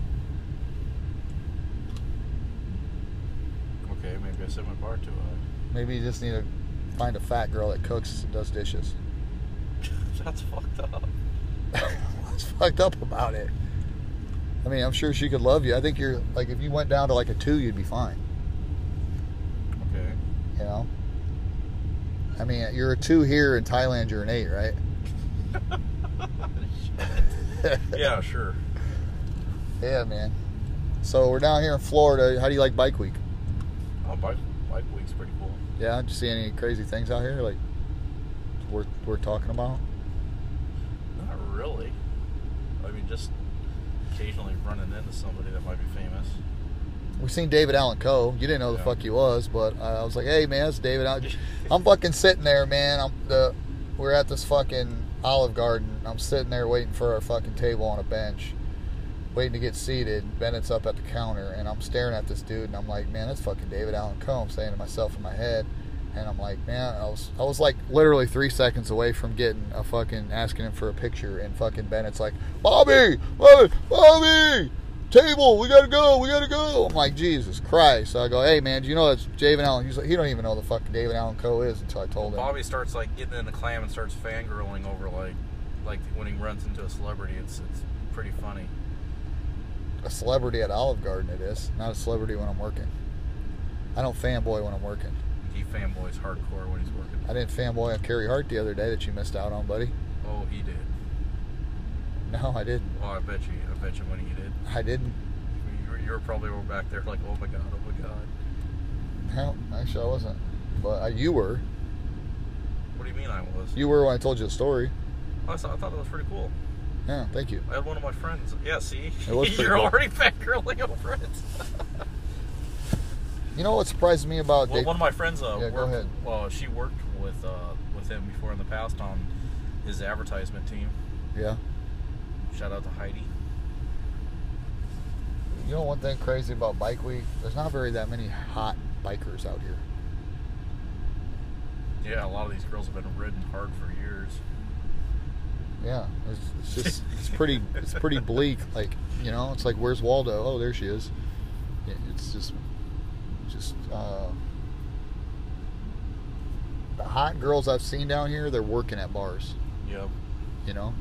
S2: Okay, maybe I set my bar too high.
S1: Maybe you just need to find a fat girl that cooks and does dishes.
S2: That's fucked up.
S1: What's fucked up about it? I mean, I'm sure she could love you. I think you're like if you went down to like a two, you'd be fine.
S2: Okay.
S1: You know. I mean, you're a two here in Thailand. You're an eight, right?
S2: yeah, sure.
S1: Yeah, man. So we're down here in Florida. How do you like Bike Week?
S2: Oh, bike bike week's pretty cool.
S1: Yeah, did you see any crazy things out here like we're we're talking about?
S2: Not really. I mean, just occasionally running into somebody that might be famous.
S1: We seen David Allen Coe. You didn't know who the
S2: Yeah.
S1: fuck he was, but uh, I was like, "Hey, man, it's David." Allen. I'm fucking sitting there, man. I'm the we're at this fucking Olive Garden. I'm sitting there waiting for our fucking table on a bench, waiting to get seated. Bennett's up at the counter, and I'm staring at this dude, and I'm like, "Man, that's fucking David Allen Coe." I'm saying to myself in my head, and I'm like, "Man, I was I was like literally three seconds away from getting a fucking asking him for a picture, and fucking Bennett's like, Bobby, Bobby, Bobby." Table, we gotta go, we gotta go. I'm like, Jesus Christ. So I go, hey man, do you know that's David Allen? He's like, he don't even know who the fucking David Allen Co. is until I told him.
S2: Bobby starts like getting in a clam and starts fangirling over like, like when he runs into a celebrity. It's it's pretty funny.
S1: a celebrity at Olive Garden. It is not a celebrity when I'm working. I don't fanboy when I'm working.
S2: He fanboys hardcore when he's working.
S1: I didn't fanboy on Carrie Hart the other day that you missed out on, buddy.
S2: Oh, he did.
S1: No, I didn't.
S2: Oh, I bet you. I bet you when he did.
S1: I didn't.
S2: I mean, you were, you were probably over back there like, oh my god, oh my god.
S1: No, actually I wasn't. But uh, you were.
S2: What do you mean I was?
S1: You were when I told you the story.
S2: I, saw, I thought that was pretty cool.
S1: Yeah, thank you.
S2: I had one of my friends. Yeah, see,
S1: It was pretty
S2: you're
S1: cool.
S2: already fangirling over it.
S1: You know what surprised me about
S2: well,
S1: Dave?
S2: one of my friends, uh,
S1: Yeah, go
S2: worked,
S1: ahead.
S2: well, she worked with uh, with him before in the past on his advertisement team.
S1: yeah.
S2: Shout out to Heidi.
S1: You know one thing crazy about Bike Week? There's not very that many hot bikers out here.
S2: Yeah, a lot of these girls have been ridden hard for years.
S1: Yeah, it's, it's just it's pretty it's pretty bleak. Like you know, it's like where's Waldo? Oh, there she is. Yeah, It's just just uh, the hot girls I've seen down here. They're working at bars.
S2: Yep.
S1: You know,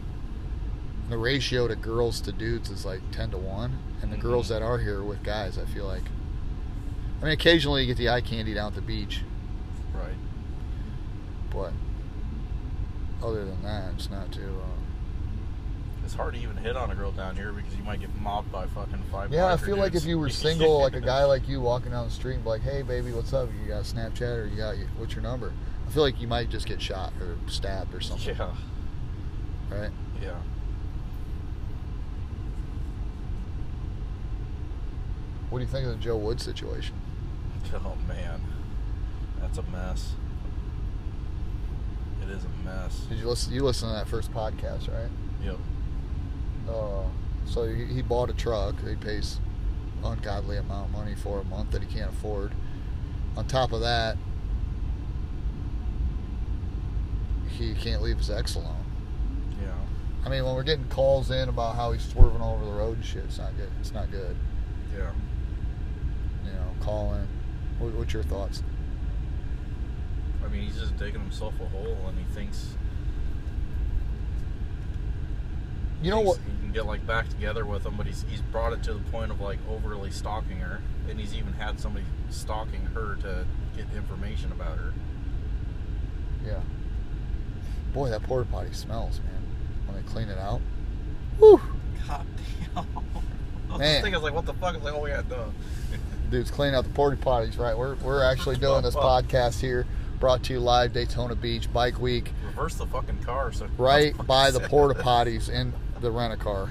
S1: the ratio to girls to dudes is like ten to one, and the girls
S2: Mhm.
S1: that are here with guys, I feel like. I mean, occasionally you get the eye candy down at the beach,
S2: Right.
S1: but other than that, it's not too. Uh,
S2: It's hard to even hit on a girl down here because you might get mobbed by fucking five.
S1: Yeah, I
S2: biker
S1: feel like
S2: dudes.
S1: if you were single, like a guy like you walking down the street and be like, hey, baby, what's up? You got a Snapchat or you got, what's your number? I feel like you might just get shot or stabbed or something,
S2: Yeah.
S1: right?
S2: Yeah.
S1: What do you think of the Joe Wood situation?
S2: Oh man, that's a mess. It is a mess.
S1: Did you listen? You listened to that first podcast, right?
S2: Yep.
S1: Uh, so he, he bought a truck. He pays ungodly amount of money for a month that he can't afford. On top of that, key you can't leave his ex alone.
S2: Yeah.
S1: I mean, when we're getting calls in about how he's swerving all over the road and shit, it's not good. It's not good.
S2: Yeah.
S1: You know, calling. What, what's your thoughts?
S2: I mean, he's just digging himself a hole, and he thinks
S1: You know
S2: thinks
S1: what?
S2: He can get like back together with him, but he's he's brought it to the point of like overly stalking her, and he's even had somebody stalking her to get information about her.
S1: Yeah. Boy, that porta potty smells, man. When they clean it out. Whew.
S2: God damn.
S1: Man.
S2: I think I was like, what the fuck? I was like, oh yeah, duh.
S1: Dude's cleaning out the porta potties, right? We're, we're actually doing this podcast here, brought to you live Daytona Beach Bike Week,
S2: Reverse the fucking car, so
S1: right by the porta
S2: pot.
S1: potties in the rent a car.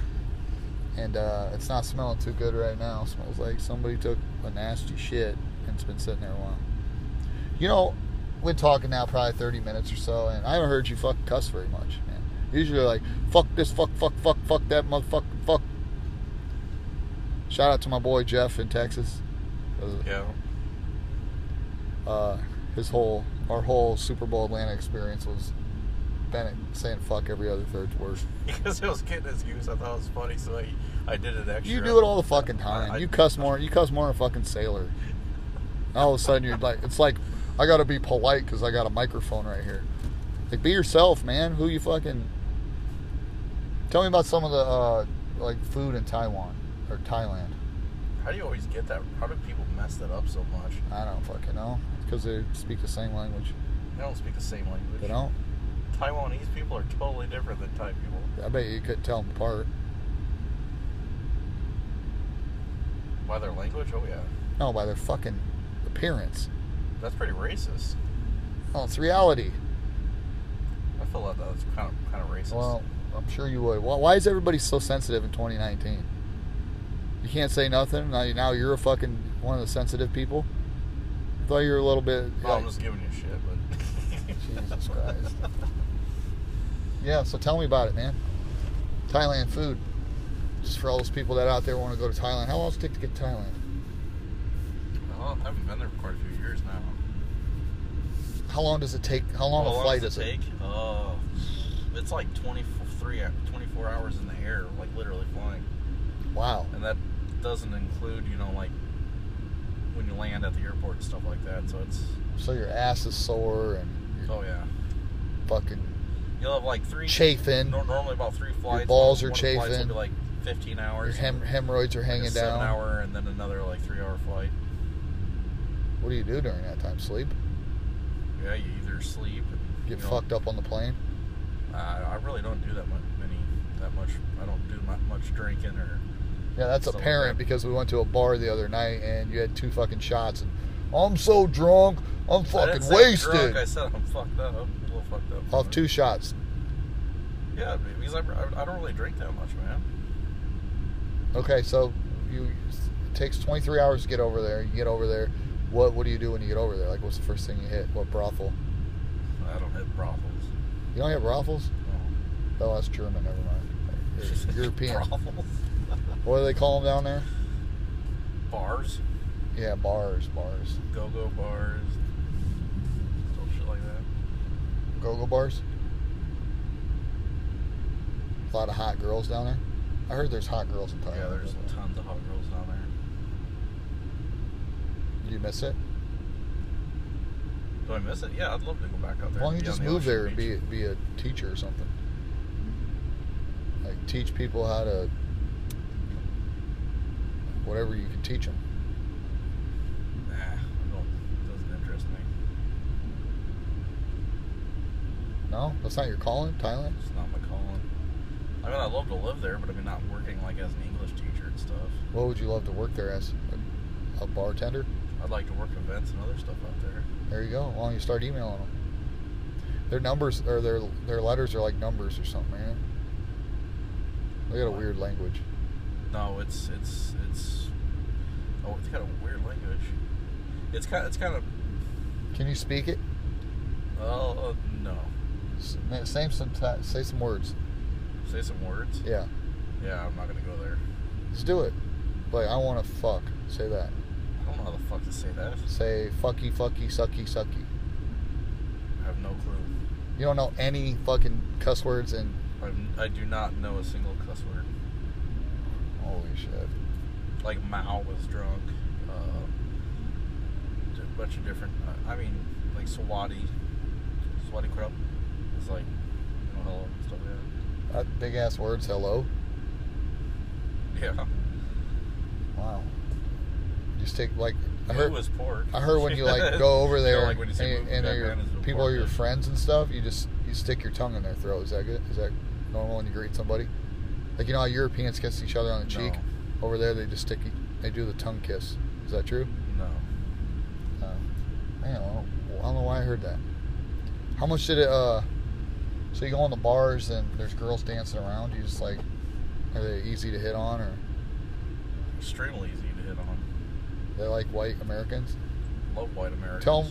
S1: And uh, it's not smelling too good right now. smells like somebody took a nasty shit and it's been sitting there a while. You know, we're talking now probably 30 minutes or so, and I haven't heard you fuck cuss very much, man. Usually, they're like, fuck this, fuck, fuck, fuck, fuck that motherfucker, fuck. Shout out to my boy Jeff in Texas.
S2: Yeah.
S1: uh, his whole our whole Super Bowl Atlanta experience was Bennett saying fuck every other third word.
S2: Because I was getting his goose, I thought it was funny, so I, I did it extra.
S1: You do it all the fucking time.
S2: I-
S1: You cuss more. You cuss more than a fucking sailor. All of a sudden you're like, it's like I got to be polite because I got a microphone right here. Like be yourself, man. Who you fucking? Tell me about some of the uh, like food in Taiwan or Thailand.
S2: How do you always get that? How do people mess that up so much?
S1: I don't fucking know because they speak the same language.
S2: They don't speak the same language.
S1: They don't.
S2: Taiwanese people are totally different than Thai people.
S1: I bet you couldn't tell them apart.
S2: By their language? Oh, yeah.
S1: No, by their fucking appearance.
S2: That's pretty racist.
S1: Oh, it's reality.
S2: I feel like that's kind of kind of racist.
S1: Well, I'm sure you would. Why, why is everybody so sensitive in 2019? You can't say nothing. Now, now you're a fucking one of the sensitive people. I thought you were a little bit.
S2: Well, I'm just giving you shit, but.
S1: Jesus Christ. Yeah. So tell me about it, man. Thailand food. Just for all those people that out there want to go to Thailand. How long does it take to get to Thailand?
S2: Well, I haven't been there for quite a few years now.
S1: How long does it take? How long
S2: How
S1: a
S2: long
S1: flight
S2: does
S1: is
S2: it take? Uh, it's like 23, hou- 24 hours in the air, like literally flying.
S1: it? Wow.
S2: And that doesn't include, you know, like when you land at the airport and stuff like that. So it's,
S1: So your ass is sore and you're
S2: oh yeah.
S1: fucking
S2: You'll have like three.
S1: chafing.
S2: nor- normally about three flights.
S1: balls
S2: One-
S1: are
S2: one of the flights will
S1: chafing.
S2: be, like 15
S1: Your
S2: hours.
S1: hem- hemorrhoids are
S2: like
S1: hanging
S2: a
S1: down.
S2: Seven hour and then another like three hour flight.
S1: What do you do during that time? Sleep?
S2: Yeah, you either sleep. and,
S1: Get
S2: you know,
S1: fucked up on the plane?
S2: I, I really don't do that much. Many that much. I don't do mu- much drinking or.
S1: Yeah, that's
S2: Something like
S1: apparent
S2: that.
S1: because we went to a bar the other night and you had two fucking shots and I'm so drunk, I'm
S2: I didn't
S1: fucking
S2: say I'm drunk,
S1: wasted.
S2: I said I'm fucked up. I'm a little fucked up.
S1: Off two shots.
S2: Yeah, because I, I, I don't really drink that much, man.
S1: Okay, so you it takes 23 hours to get over there. You get over there. What what do you do when you get over there? Like, what's the first thing you hit? What brothel?
S2: I don't hit brothels.
S1: You don't have brothels?
S2: No.
S1: Oh, that's German. Never mind. European.
S2: brothels.
S1: What do they call them down there?
S2: Bars,
S1: Yeah, bars, bars,
S2: go-go bars, stuff shit like that.
S1: go-go bars. A lot of hot girls down there. I heard there's hot girls in Thailand.
S2: Yeah, there's tons of hot girls down there.
S1: You miss it?
S2: Do I miss it? Yeah, I'd love to go back out there.
S1: Why don't you
S2: and be on
S1: just
S2: the
S1: move
S2: ocean
S1: there and
S2: beach.
S1: be be a teacher or something? Like teach people how to whatever you can teach them.
S2: Nah, I don't, doesn't interest me.
S1: No, that's not your calling, Thailand.
S2: It's not my calling. I mean, I love to live there, but I mean, not working like as an English teacher and stuff.
S1: What would you love to work there as? A, a bartender?
S2: I'd like to work events and other stuff out there.
S1: There you go. Why don't you start emailing them? Their numbers or their their letters are like numbers or something, man. They got a weird language.
S2: No, it's it's it's. Oh, it's kind of weird language. It's kind it's kind of
S1: Can you speak it?
S2: oh uh, no.
S1: S- Same some say some words.
S2: Say some words.
S1: Yeah,
S2: Yeah, I'm not gonna go there.
S1: let's do it. Like I want to fuck. Say that.
S2: I don't know how the fuck to say that.
S1: Say fucky fucky sucky sucky.
S2: I have no clue.
S1: You don't know any fucking cuss words and
S2: I'm, I do not know a single cuss word.
S1: holy shit.
S2: Like Mao was drunk. Uh, a bunch of different. Uh, I mean, like Swati, Swati crap. It's like, you know, hello and stuff like
S1: Uh, big ass words, hello.
S2: that. Yeah.
S1: Wow. Just take like I
S2: It
S1: heard
S2: was pork.
S1: I heard when you like go over
S2: Kinda
S1: there
S2: like when you
S1: and,
S2: say
S1: you-
S2: move
S1: and
S2: back
S1: they're your,
S2: around is a
S1: people are
S2: pork
S1: your
S2: dish.
S1: friends and stuff, you just you stick your tongue in their throat. Is that good? Is that normal when you greet somebody? Like you know how Europeans kiss each other on the cheek. Over there they just stick they do the tongue kiss. Is that true?
S2: No.
S1: Uh, man, I don't, I don't know why I heard that. How much did it? uh So you go on the bars and there's girls dancing around. You just like, are they easy to hit on or
S2: Extremely easy to hit on.
S1: they like white Americans?
S2: Love white Americans.
S1: Tell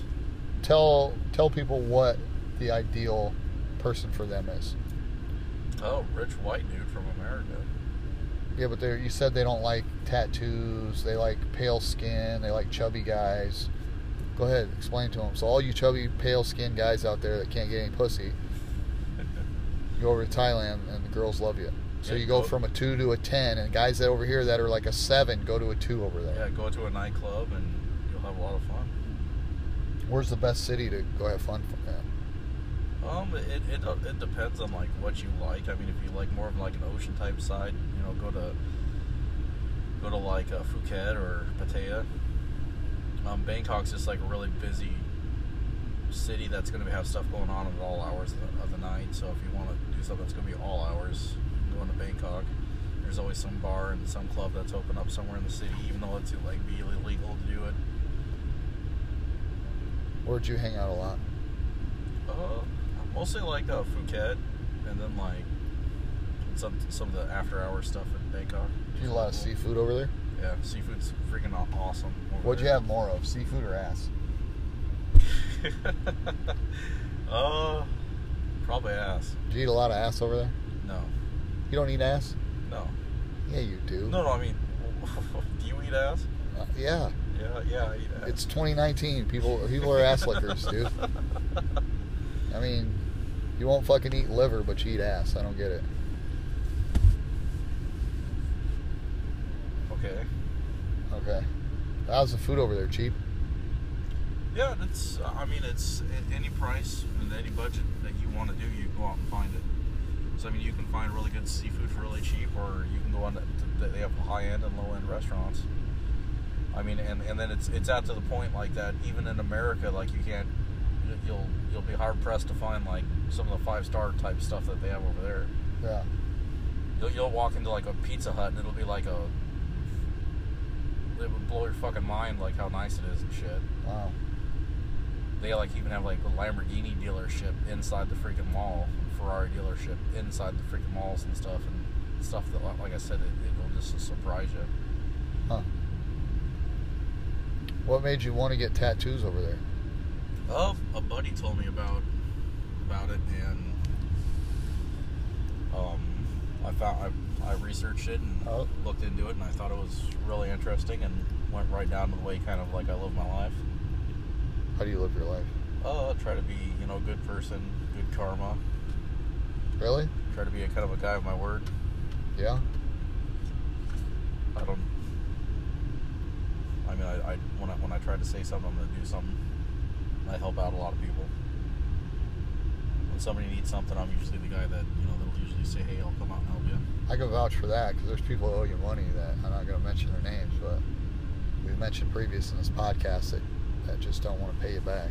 S1: tell tell people what the ideal person for them is.
S2: Oh, rich white dude from America.
S1: Yeah, but they you said they don't like tattoos. They like pale skin. They like chubby guys. Go ahead, explain to them. So all you chubby, pale skinned guys out there that can't get any pussy, you go over to Thailand and the girls love you. So
S2: Yeah,
S1: you go
S2: go-
S1: from a two to a ten, and guys that over here that are like a seven go to a two over there.
S2: Yeah, go to a nightclub and you'll have a lot of fun.
S1: Where's the best city to go have fun? From?
S2: Um, it, it, it depends on like what you like. I mean, if you like more of like an ocean type side, you know, go to go to like uh, Phuket or Pattaya. Um, Bangkok's just like a really busy city that's going to have stuff going on at all hours of the, of the night. So if you want to do something that's going to be all hours, going to Bangkok, there's always some bar and some club that's open up somewhere in the city, even though it's like be illegal to do it.
S1: Where'd you hang out a lot?
S2: Uh, mostly like uh, Phuket, and then like some some of the after hour stuff in Bangkok.
S1: Did you eat a lot of seafood over there?
S2: Yeah, seafood's freaking aw- awesome. over
S1: What'd you
S2: there.
S1: have more of, seafood or ass?
S2: uh, probably ass.
S1: Did you eat a lot of ass over there?
S2: No,
S1: You don't eat ass?
S2: no,
S1: Yeah, you do.
S2: no, no. I mean, do you eat ass?
S1: Uh, yeah,
S2: Yeah, yeah, I eat ass.
S1: it's 2019. People, people are ass lickers, dude. I mean, you won't fucking eat liver, but you eat ass. I don't get it.
S2: okay.
S1: Okay, how's the food over there? Cheap?
S2: Yeah, that's. I mean, it's at any price and any budget that you want to do, you go out and find it. So I mean, you can find really good seafood for really cheap, or you can go on. To, they have high end and low end restaurants. I mean, and, and then it's it's out to the point like that. Even in America, like you can't. You'll you'll be hard pressed to find like some of the five star type stuff that they have over there.
S1: Yeah.
S2: You'll, you'll walk into like a Pizza Hut and it'll be like a. It would blow your fucking mind like how nice it is and shit.
S1: Wow.
S2: They like even have like a Lamborghini dealership inside the freaking mall, Ferrari dealership inside the freaking malls and stuff, and stuff that like- like I said, it, it'll just surprise you.
S1: What made you want to get tattoos over there?
S2: Uh, a buddy told me about about it, and um, I found I, I researched it and
S1: Oh.
S2: looked into it, and I thought it was really interesting, and went right down to the way kind of like I live my life.
S1: How do you live your life?
S2: Uh, try to be you know a good person, good karma.
S1: Really?
S2: Try to be a kind of a guy of my word.
S1: Yeah.
S2: I don't. I mean, I, I when I when I try to say something, I'm gonna do something. I help out a lot of people. When somebody needs something, I'm usually the guy that you know that'll usually say, "Hey, I'll come out and help you."
S1: I can vouch for that because there's people who owe you money that I'm not going to mention their names, but we mentioned previous in this podcast that, that just don't want to pay you back.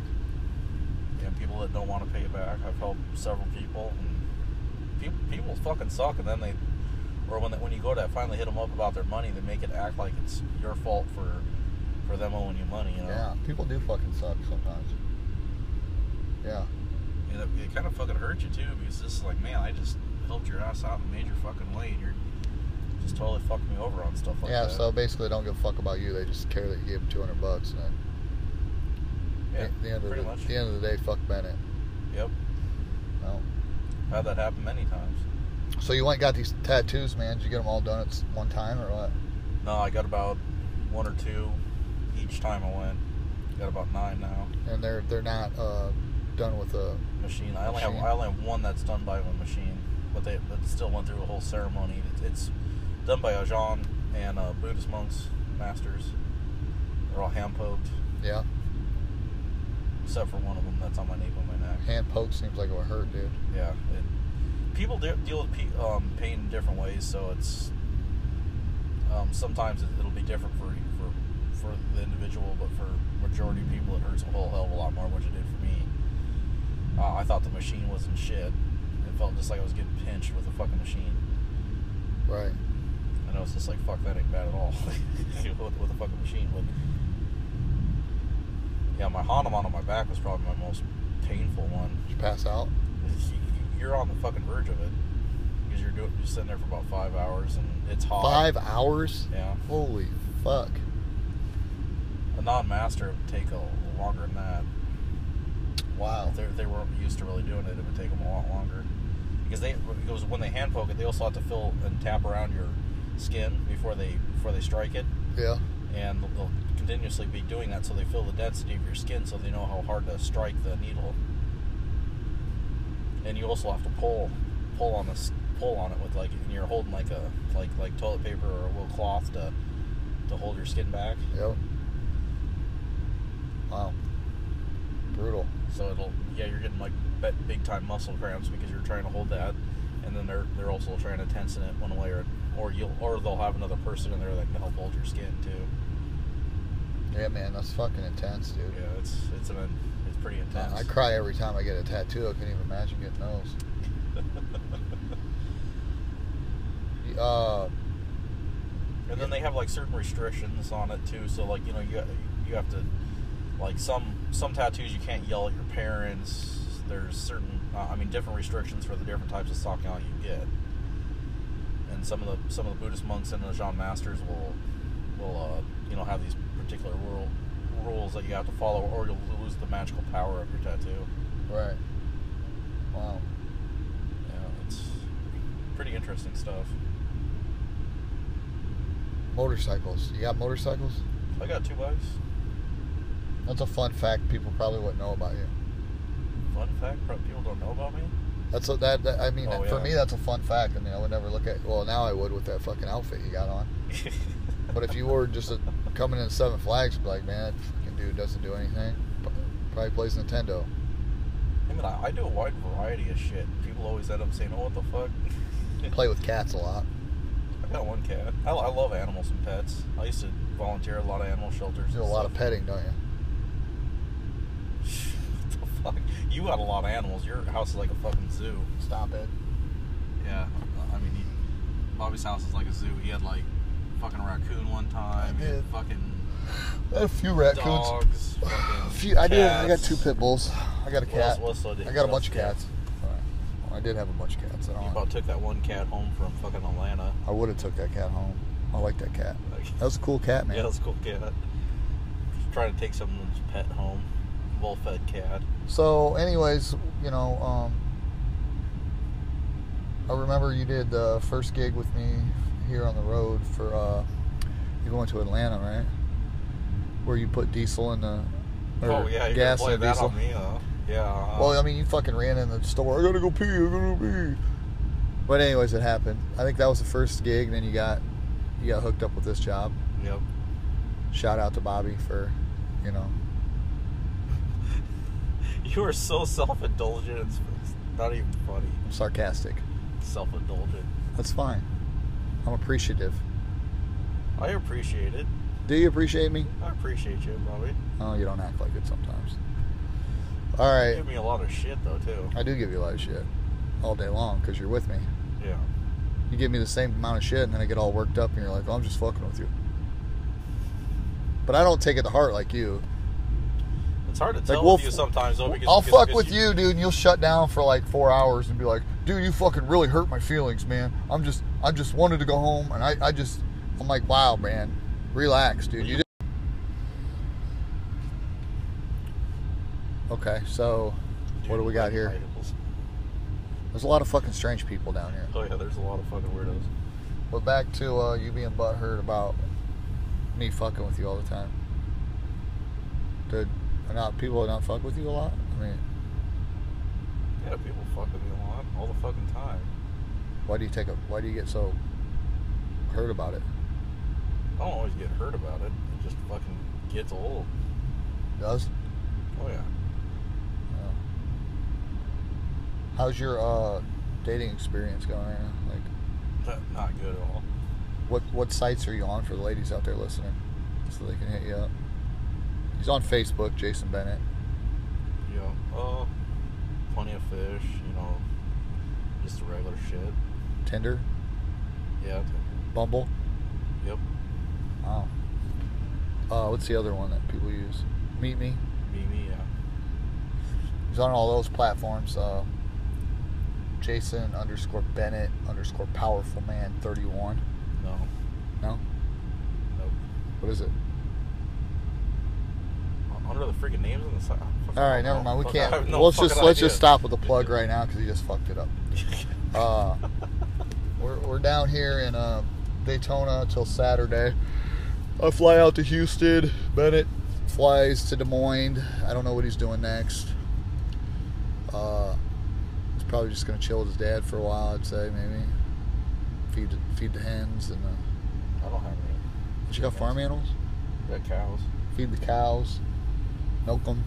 S2: And people that don't want to pay you back, I've helped several people. And people people fucking suck, and then they, or when they, when you go to finally hit them up about their money, they make it act like it's your fault for for them owing you money. You know,
S1: Yeah, people do fucking suck sometimes. Yeah.
S2: and it, it kind of fucking hurt you too because this is like, man, I just helped your ass out in a major fucking way, and you're just totally fucking me over on stuff like
S1: yeah,
S2: that.
S1: so basically they don't give a fuck about you. They just care that you gave them 200 bucks. And then
S2: yeah,
S1: at the end, of
S2: pretty
S1: the,
S2: much.
S1: the end of the day, fuck Bennett.
S2: Yep,
S1: No.
S2: had that happen many times.
S1: So you went and got these tattoos, man. Did you get them all done at s- one time or what?
S2: No, I got about one or two each time I went. Got about nine now.
S1: And they're they're not uh, done with a
S2: machine. I only have
S1: Machine.
S2: I only have one that's done by a machine, but they but still went through a whole ceremony. It's, it's done by Ajahn and uh, Buddhist monks, masters. They're all hand poked,
S1: yeah
S2: except for one of them that's on my nape on my neck.
S1: hand poke seems like it would hurt, dude.
S2: Yeah, it, people de- deal with pe- um, pain in different ways, so it's um, sometimes it, it'll be different for for for the individual, but for majority of people, it hurts a whole hell of a lot more, which it did for me. Uh, I thought the machine wasn't shit. It felt just like I was getting pinched with a fucking machine,
S1: Right.
S2: and I was just like, "Fuck, that ain't bad at all." with, with a fucking machine, but yeah, my Hanuman on my back was probably my most painful one
S1: Did you pass out?
S2: you're on the fucking verge of it because you're doing you're sitting there for about five hours and it's hot.
S1: Five hours?
S2: Yeah,
S1: Holy fuck.
S2: a non-master would take a little longer than that.
S1: Wow.
S2: If they, if they weren't used to really doing it, it would take them a lot longer because they because when they hand poke it, they also have to fill and tap around your skin before they before they strike it,
S1: Yeah.
S2: and they'll, they'll continuously be doing that so they feel the density of your skin so they know how hard to strike the needle. and you also have to pull pull on this pull on it with like and you're holding like a like like toilet paper or a little cloth to to hold your skin back
S1: Yep. Wow. Brutal.
S2: so it'll yeah you're getting like be- big time muscle cramps because you're trying to hold that and then they're they're also trying to tension it one way or or you'll or they'll have another person in there that can help hold your skin too
S1: Yeah, man, that's fucking intense, dude.
S2: yeah it's it's an it's pretty intense
S1: I I cry every time I get a tattoo. I couldn't even imagine getting those. Y- Uh,
S2: And then they have like certain restrictions on it too. So like you know you you have to like some some tattoos you can't yell at your parents. There's certain uh, I mean different restrictions for the different types of sakya you get. And some of the some of the Buddhist monks and the Zen masters will will uh, you know have these particular rule, rules that you have to follow, or you'll lose the magical power of your tattoo.
S1: right. Wow.
S2: Yeah, it's pretty interesting stuff.
S1: Motorcycles. You got motorcycles?
S2: I got two bikes.
S1: That's a fun fact people probably wouldn't know about you.
S2: Fun fact: probably people don't know about me.
S1: That's a, that, that. I mean,
S2: Oh,
S1: for
S2: yeah.
S1: me, that's a fun fact. I mean, I would never look at. Well, now I would with that fucking outfit you got on. But if you were just a, coming in Seven Flags, be like, man, that fucking dude doesn't do anything. P- Probably plays Nintendo.
S2: I mean, I, I do a wide variety of shit. People always end up saying, "Oh, what the fuck?"
S1: Play with cats a lot.
S2: I got one cat. I, I love animals and pets. I used to volunteer at a lot of animal shelters.
S1: You do a
S2: and
S1: lot of
S2: stuff.
S1: petting, don't you?
S2: what the fuck? You got a lot of animals. Your house is like a fucking zoo.
S1: Stop it.
S2: Yeah, I mean, he, Bobby's house is like a zoo. He had like fucking raccoon one time.
S1: I
S2: He had
S1: did.
S2: fucking
S1: I had a few raccoons.
S2: dogs.
S1: A
S2: fucking
S1: few, I did. I got
S2: cats.
S1: two pit bulls. I got a
S2: What else-
S1: cat.
S2: what else did
S1: I got a
S2: what
S1: bunch of
S2: else did-
S1: cats. Alright. Well, I did have a bunch of cats. I,
S2: You about took that one cat home from fucking Atlanta.
S1: would have took that cat home. I like that cat.
S2: Like,
S1: That was a cool cat, man.
S2: Yeah, that's a cool cat. Just trying to take someone's pet home. Well fed cat.
S1: So, anyways, you know, um, I remember you did the first gig with me here on the road for uh, you going to Atlanta, right? Where you put diesel in the or
S2: oh, yeah, you can
S1: gas
S2: play
S1: in
S2: that
S1: diesel.
S2: on me, huh? Yeah. uh,
S1: Well, I mean, you fucking ran in the store. I gotta go pee. I gotta go pee. But anyways, it happened. I think that was the first gig. And then you got you got hooked up with this job.
S2: yep.
S1: Shout out to Bobby for you know
S2: You are so self indulgent. It's, it's not even funny.
S1: I'm sarcastic.
S2: Self indulgent.
S1: That's fine. I'm appreciative.
S2: I appreciate it.
S1: Do you appreciate me?
S2: I appreciate you, Bobby.
S1: Oh, you don't act like it sometimes. All
S2: You
S1: right,
S2: give me a lot of shit, though, too.
S1: I do give you a lot of shit all day long because you're with me.
S2: Yeah.
S1: You give me the same amount of shit, and then I get all worked up, and you're like, "Oh, I'm just fucking with you." But I don't take it to heart like you.
S2: It's hard to tell
S1: we'll
S2: with you
S1: f-
S2: sometimes, though, because
S1: I'll
S2: because-
S1: fuck
S2: because
S1: with you, dude, and you'll shut down for like four hours and be like, "Dude, you fucking really hurt my feelings, man. I'm just, I just wanted to go home, and I, I just, I'm like, wow, man, relax, dude. You." Did- okay, so what do we got here? There's a lot of fucking strange people down here.
S2: Oh, yeah, there's a lot of fucking weirdos.
S1: But back to uh, you being butthurt about me fucking with you all the time. Dude, are not people not fuck with you a lot? I mean,
S2: Yeah, people fuck with me a lot, all the fucking time.
S1: Why do you take a? Why do you get so hurt about it?
S2: I don't always get hurt about it. It just fucking gets old.
S1: Does?
S2: Oh yeah.
S1: No. How's your uh, dating experience going right now? Like,
S2: But Not good at all.
S1: what what sites are you on for the ladies out there listening, so they can hit you up? He's on Facebook, Jason Bennett.
S2: You know, uh, plenty of fish. You know, just the regular shit.
S1: Tinder,
S2: Yeah.
S1: Bumble.
S2: Yep.
S1: Wow. Uh, what's the other one that people use? Meet Me.
S2: Me, me, yeah.
S1: He's on all those platforms. Uh, Jason underscore Bennett underscore Powerful Man thirty one.
S2: No.
S1: No,
S2: Nope.
S1: what is it?
S2: Uh, Under the freaking names on the side.
S1: All right, never mind. We
S2: Fuck, I
S1: can't.
S2: have no
S1: let's just
S2: fucking
S1: let's just
S2: idea.
S1: stop with the plug right now because he just fucked it up. Uh, we're we're down here in uh, Daytona till Saturday. I fly out to Houston. Bennett flies to Des Moines. I don't know what he's doing next. Uh, he's probably just gonna chill with his dad for a while. I'd say maybe feed feed the hens and uh,
S2: I don't have any.
S1: what you got farm animals.
S2: Got cows.
S1: Feed the cows, milk them.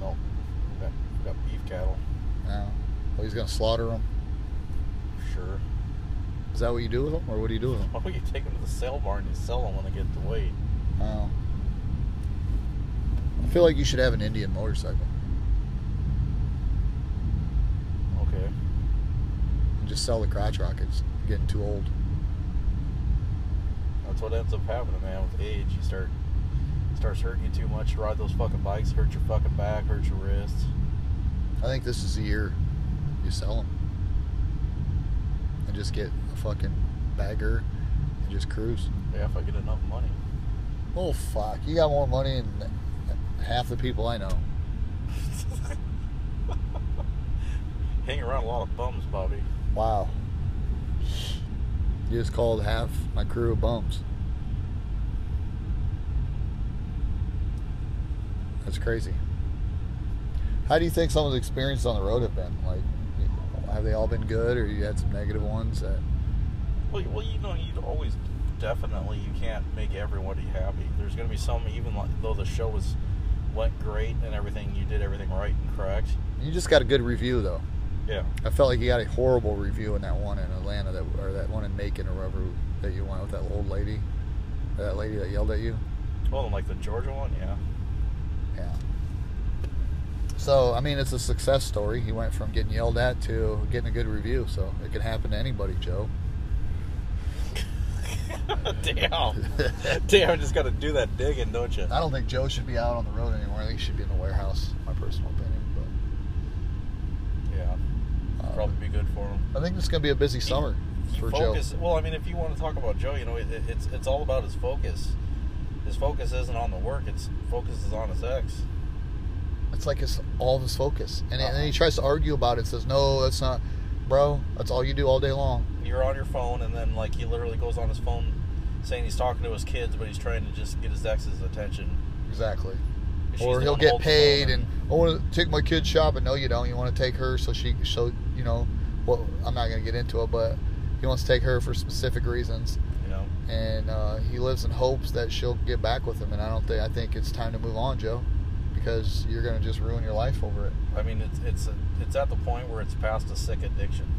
S2: No. We got, we got beef cattle.
S1: No. Well, he's gonna slaughter them.
S2: Sure.
S1: Is that what you do with them, or what do you do with them?
S2: Why would you take them to the sale barn and you sell them when they get the weight?
S1: Wow. I feel like you should have an Indian motorcycle.
S2: Okay.
S1: and just sell the crotch rockets. Getting too old.
S2: That's what ends up happening, man. With age, you start starts hurting you too much to ride those fucking bikes. Hurt your fucking back. Hurt your wrists.
S1: I think this is the year you sell them and just get a fucking bagger and just cruise.
S2: Yeah, if I get enough money.
S1: Oh fuck! You got more money than half the people I know.
S2: Hang around a lot of bums, Bobby.
S1: Wow. You just called half my crew of bums. That's crazy. How do you think some of the experiences on the road have been? Like, have they all been good, or you had some negative ones? That
S2: Well, well, you know, you'd always definitely you can't make everybody happy. There's gonna be some, even like, though the show was went great and everything, you did everything right and correct.
S1: you just got a good review though.
S2: Yeah,
S1: I felt like you got a horrible review in that one in Atlanta, that or that one in Macon or wherever that you went with that old lady, or that lady that yelled at you.
S2: well, and like the Georgia one, yeah,
S1: Yeah. So I mean, it's a success story. He went from getting yelled at to getting a good review. So it can happen to anybody, Joe.
S2: damn, damn, just gotta do that digging, don't you?
S1: I don't think Joe should be out on the road anymore. I think he should be in the warehouse. My personal opinion,
S2: Yeah,
S1: but uh,
S2: probably be good for him.
S1: I think it's going to be a busy summer for
S2: focus. Well, I mean, if you want to talk about Joe, you know, it, it- it's it's all about his focus. His focus isn't on the work; it's focus is on his ex.
S1: Joe. It's like it's all of his focus, and, and then he
S2: Uh-huh.
S1: tries to argue about it. Says, "No, that's not, bro. That's all you do all day long."
S2: You're on your phone, and then like he literally goes on his phone, saying he's talking to his kids, but he's trying to just get his ex's attention.
S1: Exactly.
S2: She's
S1: or
S2: the
S1: he'll
S2: one
S1: get
S2: holding the
S1: paid
S2: phone
S1: and I want to take my kid shopping. No, you don't. You want to take her so she so you know. Well, I'm not going to get into it, but he wants to take her for specific reasons,
S2: you know,
S1: and uh, he lives in hopes that she'll get back with him. And I don't think I think it's time to move on, Joe, because you're going to just ruin your life over it.
S2: I mean, it's it's it's at the point where it's past a sick addiction.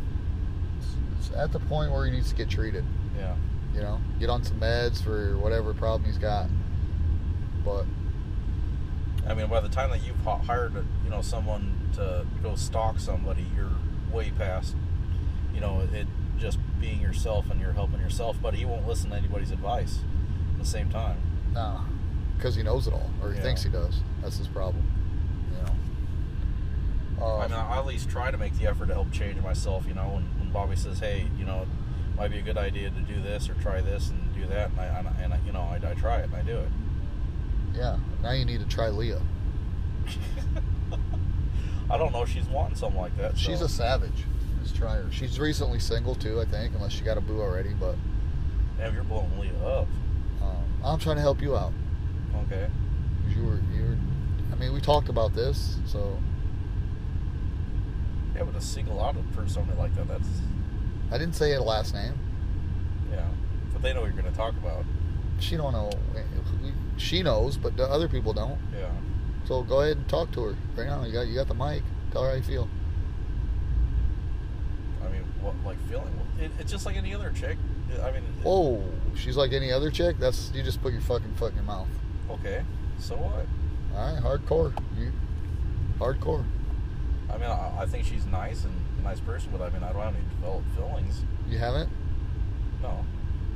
S1: It's, it's at the point where he needs to get treated.
S2: Yeah,
S1: You know, get on some meds for whatever problem he's got. But
S2: I mean, by the time that you've hi- hired, you know, someone to go stalk somebody, you're way past, you know, it just being yourself and you're helping yourself. But he won't listen to anybody's advice. At the same time,
S1: Nah, because he knows it all, or he
S2: Yeah.
S1: thinks he does. That's his problem. You know. Uh,
S2: I mean, I at least try to make the effort to help change myself. You know, when, when Bobby says, "Hey, you know, it might be a good idea to do this or try this and do that," and I and, I, and I, you know, I, I try it and I do it.
S1: yeah. Now you need to try Leah.
S2: I don't know if she's wanting something like that.
S1: She's
S2: so,
S1: a savage. Let's try her. She's recently single too, I think, unless she got a boo already. But
S2: Damn, you're blowing Leah up.
S1: um, I'm trying to help you out.
S2: Okay.
S1: 'Cause You were, you were. I mean, we talked about this, so
S2: Yeah, but to single out for somebody like that, that's
S1: I didn't say her last name.
S2: yeah. But they know what you're gonna talk about.
S1: She don't know. She knows, but the other people don't.
S2: Yeah.
S1: So go ahead and talk to her right now. You got you got the mic. Tell her how you feel.
S2: I mean, what like feeling? It, it's just like any other chick. I mean, it-
S1: Oh, she's like any other chick. That's you just put your fucking foot in your mouth.
S2: okay. So what?
S1: All right, hardcore. You hardcore.
S2: I mean, I, I think she's nice and a nice person, but I mean, I don't have any developed feelings.
S1: You haven't.
S2: No.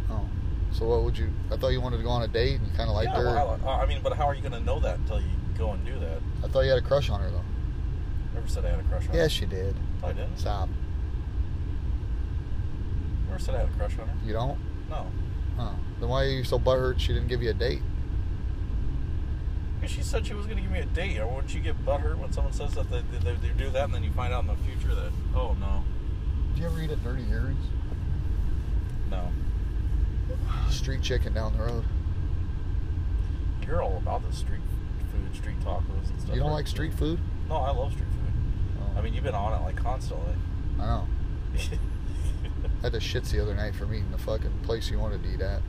S1: Oh, so what would you? I thought you wanted to go on a date and kind of liked
S2: yeah,
S1: her.
S2: well, I, I mean, but how are you gonna know that until you go and do that?
S1: I thought you had a crush on her though.
S2: Never said I had a crush on her.
S1: Yes, you did.
S2: I didn't.
S1: Stop.
S2: Never said I had a crush on her.
S1: You don't.
S2: No.
S1: Oh, then why are you so butthurt? She didn't give you a date.
S2: Because she said she was going to give me a date. Or wouldn't you get butthurt when someone says that they, they, they do that and then you find out in the future that, oh, no,
S1: Did you ever eat at Dirty Harry's?
S2: no.
S1: Street chicken down the road.
S2: You're all about the street food, street tacos and stuff.
S1: You don't
S2: right?
S1: like street food?
S2: No, I love street food.
S1: Oh,
S2: I mean, you've been on it like constantly.
S1: I know. I had the shits the other night from eating the fucking place you wanted to eat at.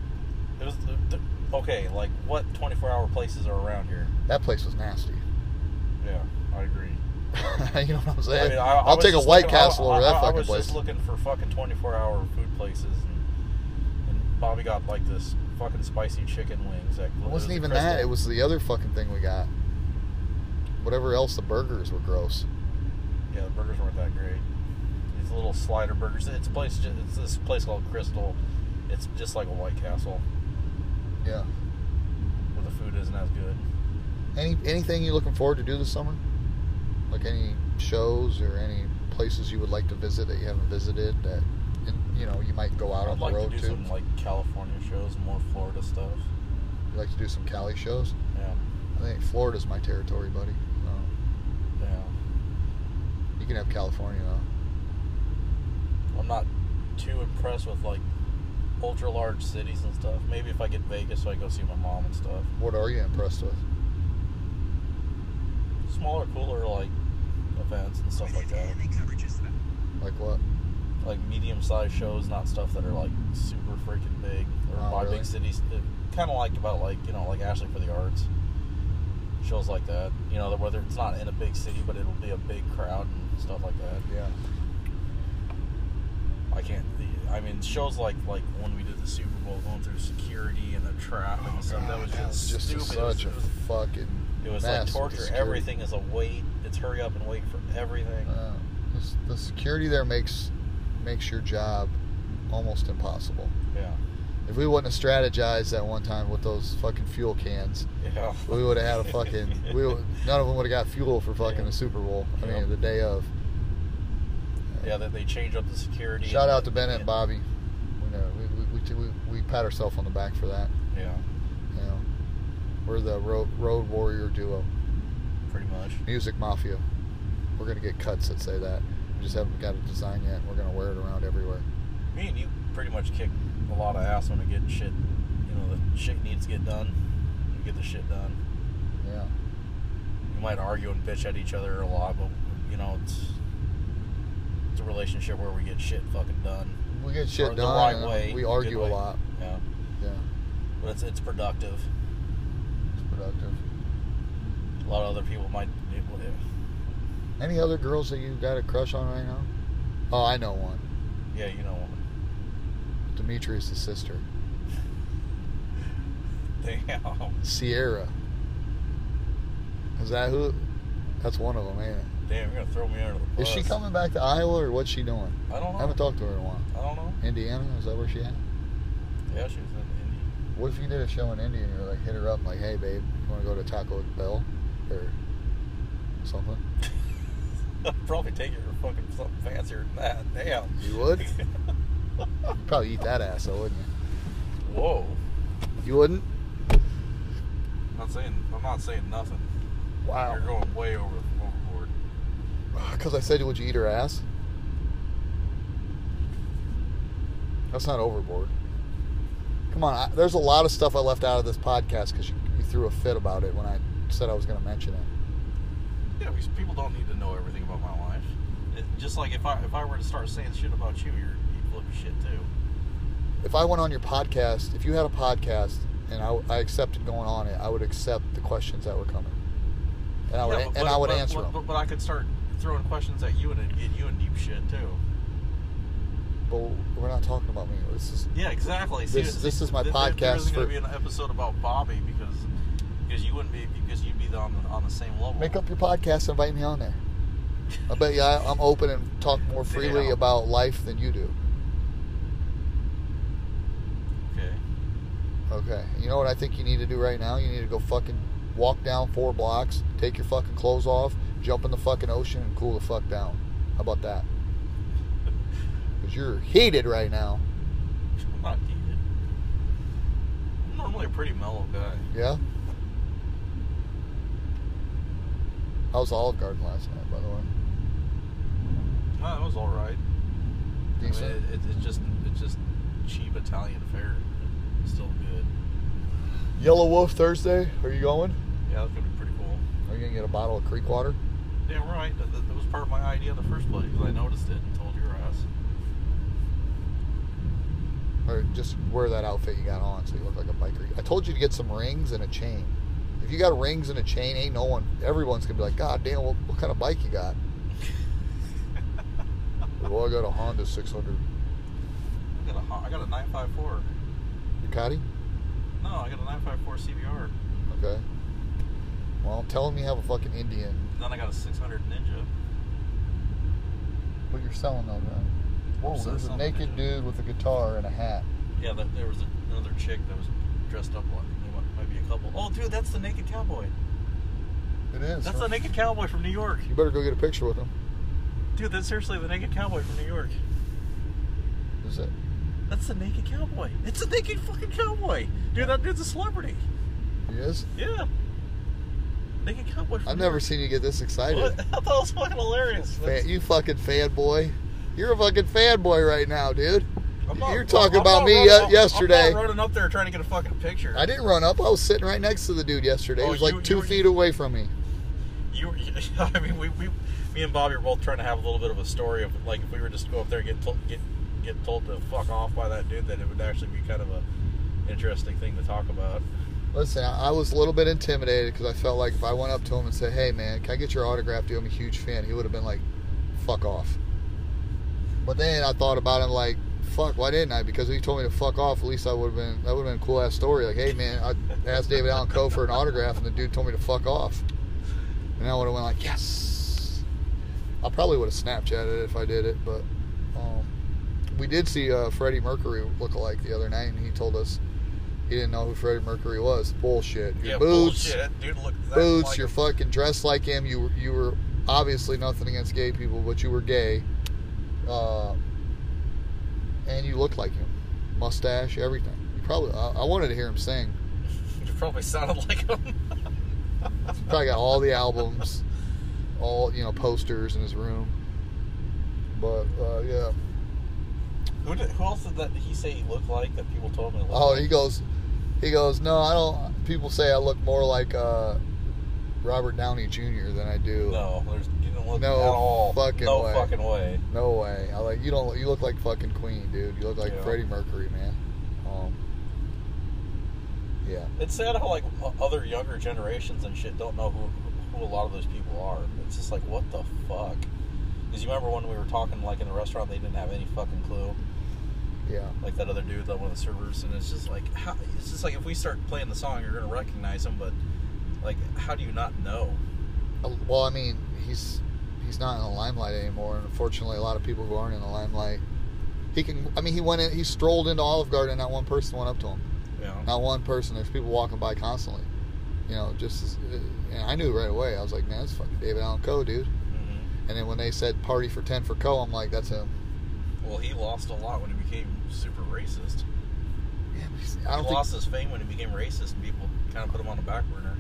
S2: it was, the, the, okay, like what 24 hour places are around here?
S1: That place was nasty.
S2: Yeah, I agree.
S1: you know what I'm
S2: I
S1: saying?
S2: mean, I, I
S1: will
S2: was
S1: take a
S2: just
S1: White
S2: looking- I-
S1: Castle over
S2: I-
S1: that
S2: I-
S1: fucking
S2: I was
S1: place.
S2: just looking for fucking 24 hour food places and, and Bobby got like this fucking spicy chicken wings. That
S1: it wasn't even that. It was the other fucking thing we got. Whatever else, the burgers were gross.
S2: Yeah, the burgers weren't that great. These little slider burgers. It's a place. It's this place called Crystal. It's just like a White Castle,
S1: Yeah.
S2: where the food isn't as good.
S1: Any anything you looking forward to do this summer? Like any shows or any places you would like to visit that you haven't visited that and, you know you might go out
S2: I'd
S1: on the
S2: like
S1: road
S2: to do
S1: to?
S2: some like California shows, and more Florida stuff.
S1: You like to do some Cali shows?
S2: Yeah,
S1: I think Florida's my territory, buddy. No.
S2: yeah.
S1: You can have California though.
S2: I'm not too impressed with like ultra large cities and stuff. Maybe if I get Vegas, so I go see my mom and stuff.
S1: What are you impressed with?
S2: Smaller, cooler like events and stuff like that.
S1: Like what?
S2: like medium sized shows, not stuff that are like super freaking big or
S1: Oh,
S2: by
S1: really?
S2: big cities. Kind of like about like you know like Ashley for the Arts shows like that. You know that whether it's not in a big city, but it'll be a big crowd and stuff like that.
S1: Yeah.
S2: I can't. I mean, shows like like when we did the Super Bowl, going through security and the traffic and stuff. that was
S1: That was just
S2: just, stupid. It was-
S1: such
S2: it was,
S1: a fucking.
S2: it was,
S1: mess
S2: like
S1: with the
S2: torture.
S1: security.
S2: Everything is a wait. It's hurry up and wait for everything.
S1: Uh, this- the security there makes makes your job almost impossible.
S2: yeah.
S1: If we wouldn't have strategized that one time with those fucking fuel cans,
S2: Yeah.
S1: we would have had a fucking. we would, none of them would have got fuel for fucking the Super Bowl. I
S2: Yep.
S1: mean, the day of.
S2: yeah. That they change up the security.
S1: Shout
S2: and-
S1: out to Bennett and Bobby. We, know, we, we, we, we pat ourselves on the back for that.
S2: Yeah.
S1: You know, we're the road, road warrior duo,
S2: Pretty much.
S1: music mafia. We're gonna get cuts that say that. We just haven't got a design yet. and We're gonna wear it around everywhere.
S2: Me and you pretty much kick a lot of ass when we get shit. You know, the shit needs to get done. We get the shit done.
S1: Yeah,
S2: We might argue and bitch at each other a lot, but you know, it's it's a relationship where we get shit fucking done.
S1: we get shit
S2: Or the
S1: done.
S2: right
S1: and
S2: way,
S1: we
S2: good
S1: argue a
S2: way.
S1: lot.
S2: Yeah,
S1: Yeah,
S2: but it's it's productive.
S1: it's productive.
S2: A lot of other people might. It, well, yeah.
S1: Any other girls that you got a crush on right now? Oh, I know one.
S2: yeah, you know.
S1: Demetrius' sister,
S2: Damn,
S1: Sierra. Is that who? That's one of them, ain't it?
S2: damn, you're gonna throw me under the bus.
S1: Is she coming back to Iowa or what's she doing?
S2: I don't
S1: I
S2: know.
S1: haven't talked to her in a while.
S2: I don't know.
S1: Indiana, is that where she at?
S2: Yeah, she was in Indy.
S1: What if you did a show in India and you're like hit her up and like, hey babe, you wanna go to Taco Bell or something?
S2: I'd probably take it for fucking something fancier than that. Damn.
S1: You would? You'd probably eat that ass though, wouldn't you?
S2: Whoa.
S1: You wouldn't?
S2: I'm not saying I'm not saying nothing. You're
S1: Wow.
S2: going way over overboard.
S1: Because I said would you eat her ass? That's not overboard. Come on, I, there's a lot of stuff I left out of this podcast because you, you threw a fit about it when I said I was going to mention it.
S2: Yeah, because people don't need to know everything about my life. it, just like if I if I were to start saying shit about you, you're, you'd flip your shit too.
S1: If I went on your podcast, if you had a podcast and I, I accepted going on it, I would accept the questions that were coming, and I would
S2: Yeah,
S1: and I would
S2: but,
S1: answer
S2: but,
S1: them.
S2: But, but I could start throwing questions at you and it'd get you in deep shit too.
S1: But we're not talking about me. This is
S2: Yeah, exactly. See,
S1: This-
S2: it's-
S1: this is my
S2: there- there- There
S1: podcast
S2: isn't going
S1: for-
S2: to be an episode about Bobby because because you wouldn't be because you'd be on the, on the same level.
S1: make up your podcast and invite me on there. I bet you I, I'm open and talk more freely
S2: Damn.
S1: about life than you do.
S2: Okay.
S1: Okay. You know what I think you need to do right now? You need to go fucking walk down four blocks, take your fucking clothes off, jump in the fucking ocean, and cool the fuck down. How about that? Because you're heated right now.
S2: I'm not heated. I'm normally a pretty mellow guy.
S1: Yeah? I was Olive Garden last night, by the way.
S2: No, that was all right. I
S1: Decent.
S2: mean, it, it, it's just it's just cheap Italian fare. It's still good.
S1: Yellow Wolf Thursday. Are you going?
S2: Yeah, that's gonna be pretty cool.
S1: Are you going to get a bottle of creek water?
S2: Damn right. That, that, that was part of my idea in the first place. I noticed it and told your ass.
S1: Or just wear that outfit you got on so you look like a biker. I told you to get some rings and a chain. If you got rings and a chain, ain't no one, everyone's going to be like, God damn, what, what kind of bike you got? Well, I got a Honda 600
S2: I got a Hon- I got a 954.
S1: Ducati.
S2: No, I got a 954 CBR.
S1: Okay. Well, tell them you have a fucking Indian.
S2: Then I got a 600 Ninja.
S1: What you're selling them, right? Whoa,
S2: Upset
S1: there's a
S2: something,
S1: naked
S2: did
S1: dude with a guitar and a hat.
S2: Yeah, that, there was a, another chick that was dressed up like there wa- might be a couple. Oh, dude, that's the naked cowboy.
S1: It is.
S2: That's
S1: huh?
S2: the naked cowboy from New York.
S1: You better go get a picture with him.
S2: Dude, that's seriously the naked cowboy from New York.
S1: Is it?
S2: That's the naked cowboy. It's a naked fucking cowboy. Dude, that dude's a celebrity.
S1: He is?
S2: Yeah. Naked cowboy. From
S1: I've
S2: New
S1: never
S2: York.
S1: seen you get this excited.
S2: What? I thought it was fucking hilarious.
S1: Fan-
S2: That's-
S1: you fucking fanboy. You're a fucking fanboy right now, dude.
S2: I'm not-
S1: You're talking
S2: I'm
S1: about
S2: not
S1: me
S2: running
S1: ye-
S2: up-
S1: yesterday.
S2: I'm not running up there trying to get a fucking picture.
S1: I didn't run up. I was sitting right next to the dude yesterday.
S2: Oh,
S1: he was like
S2: you-
S1: two
S2: you-
S1: feet away from me.
S2: You, you I mean, we, we, me and Bobby were both trying to have a little bit of a story of like if we were just to go up there and get told, get get told to fuck off by that dude, then it would actually be kind of a interesting thing to talk about.
S1: Listen, I I was a little bit intimidated because I felt like if I went up to him and said, "Hey, man, can I get your autograph? Dude, I'm a huge fan," he would have been like, "Fuck off." But then I thought about it like, "Fuck, why didn't I?" Because if he told me to fuck off, at least I would have been that would have been a cool ass story. Like, "Hey, man, I asked David Allen Coe for an autograph, and the dude told me to fuck off," and I would have went like, "Yes." I probably would have Snapchatted it if I did it, but um, we did see uh, Freddie Mercury lookalike the other night, and he told us he didn't know who Freddie Mercury was. Bullshit. Your boots,
S2: bullshit, dude. Look, that-
S1: boots.
S2: like-
S1: you're fucking dressed like him. You were- you were obviously nothing against gay people, but you were gay, uh, and you looked like him. Mustache, everything. You probably. I, I wanted to hear him sing.
S2: you probably sounded like him.
S1: Probably got all the albums, all you know, posters in his room. But uh, yeah.
S2: who, did, who else did that? Did he say he looked like that? People told me. Looked
S1: Oh,
S2: like?
S1: he goes, he goes. No, I don't. People say I look more like uh, Robert Downey Jr. than I do.
S2: No, there's you didn't look
S1: No
S2: at all.
S1: fucking
S2: no
S1: way.
S2: fucking way.
S1: No way. I like you don't. look- You look like fucking Queen, dude. You look like
S2: Yeah.
S1: Freddie Mercury, man. Um, yeah.
S2: It's sad how like o- other younger generations and shit don't know who who a lot of those people are. It's just like what the fuck. Because you remember when we were talking like in the restaurant, they didn't have any fucking clue.
S1: Yeah.
S2: Like that other dude, that one of the servers, and it's just like how, it's just like if we start playing the song, you're gonna recognize him, but like how do you not know?
S1: Uh, Well, I mean, he's he's not in the limelight anymore, and unfortunately, a lot of people who aren't in the limelight, he can. I mean, he went in. He strolled into Olive Garden, and not one person went up to him.
S2: You know?
S1: Not one person. There's people walking by constantly. You know, just as, uh, and I knew right away. I was like, man, that's fucking David Allen Coe, dude.
S2: hmm
S1: And then when they said party for ten for Coe, I'm like, that's him.
S2: Well, he lost a lot when he became super racist.
S1: Yeah, but he's- I
S2: He
S1: don't think
S2: lost his fame when he became racist, and people kind of put him on the back burner.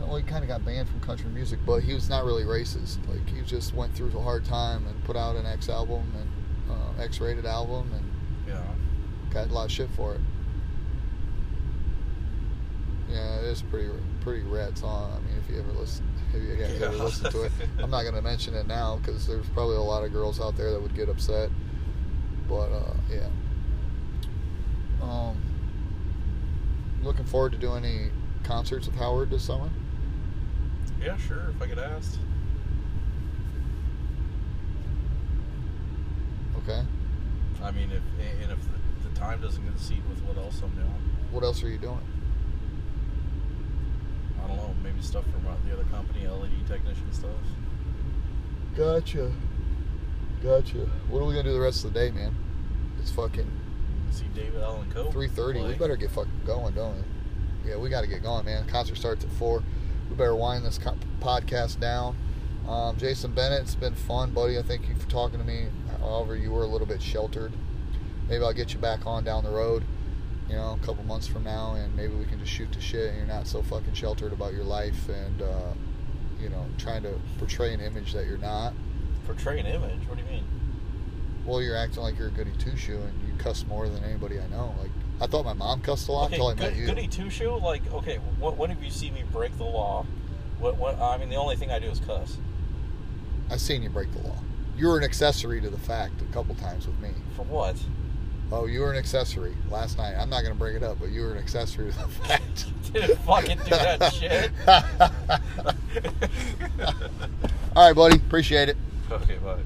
S1: Well, he kind of got banned from country music, but he was not really racist. Like he just went through a hard time and put out an X album and uh, X-rated album and
S2: Yeah.
S1: got a lot of shit for it. Yeah, it is pretty pretty rats on. I mean, if you ever listen, if you guys ever listen to it, I'm not going to mention it now because there's probably a lot of girls out there that would get upset. But uh, yeah, um, looking forward to doing any concerts with Howard this summer.
S2: Yeah, sure. If I get asked,
S1: Okay,
S2: I mean, if and if the, the time doesn't concede with what else I'm doing,
S1: what else are you doing?
S2: I don't know. Maybe stuff from uh, the other company, LED technician stuff.
S1: Gotcha, gotcha. What are we gonna do the rest of the day, man? It's fucking
S2: See David Allen Coe.
S1: Three thirty. We
S2: play.
S1: better get fucking going, don't we? Yeah, we got to get going, man. Concert starts at four. We better wind this co- podcast down. Um, Jason Bennett, it's been fun, buddy. I thank you for talking to me. However, you were a little bit sheltered. Maybe I'll get you back on down the road. You know, a couple months from now, and maybe we can just shoot the shit, and you're not so fucking sheltered about your life, and uh, you know, trying to portray an image that you're not.
S2: Portray an image. What do you mean?
S1: Well, you're acting like you're a goody two shoe, and you cuss more than anybody I know. Like I thought my mom cussed a lot until I
S2: good,
S1: met you.
S2: Goody two shoe. Like, okay, what, when have you seen me break the law? What, what? I mean, the only thing I do is cuss.
S1: I seen you break the law. You were an accessory to the fact a couple times with me.
S2: For what?
S1: Oh, you were an accessory last night. I'm not gonna bring it up, but you were an accessory to the fact.
S2: Didn't fucking do that shit.
S1: All right, buddy. Appreciate it.
S2: okay, bye.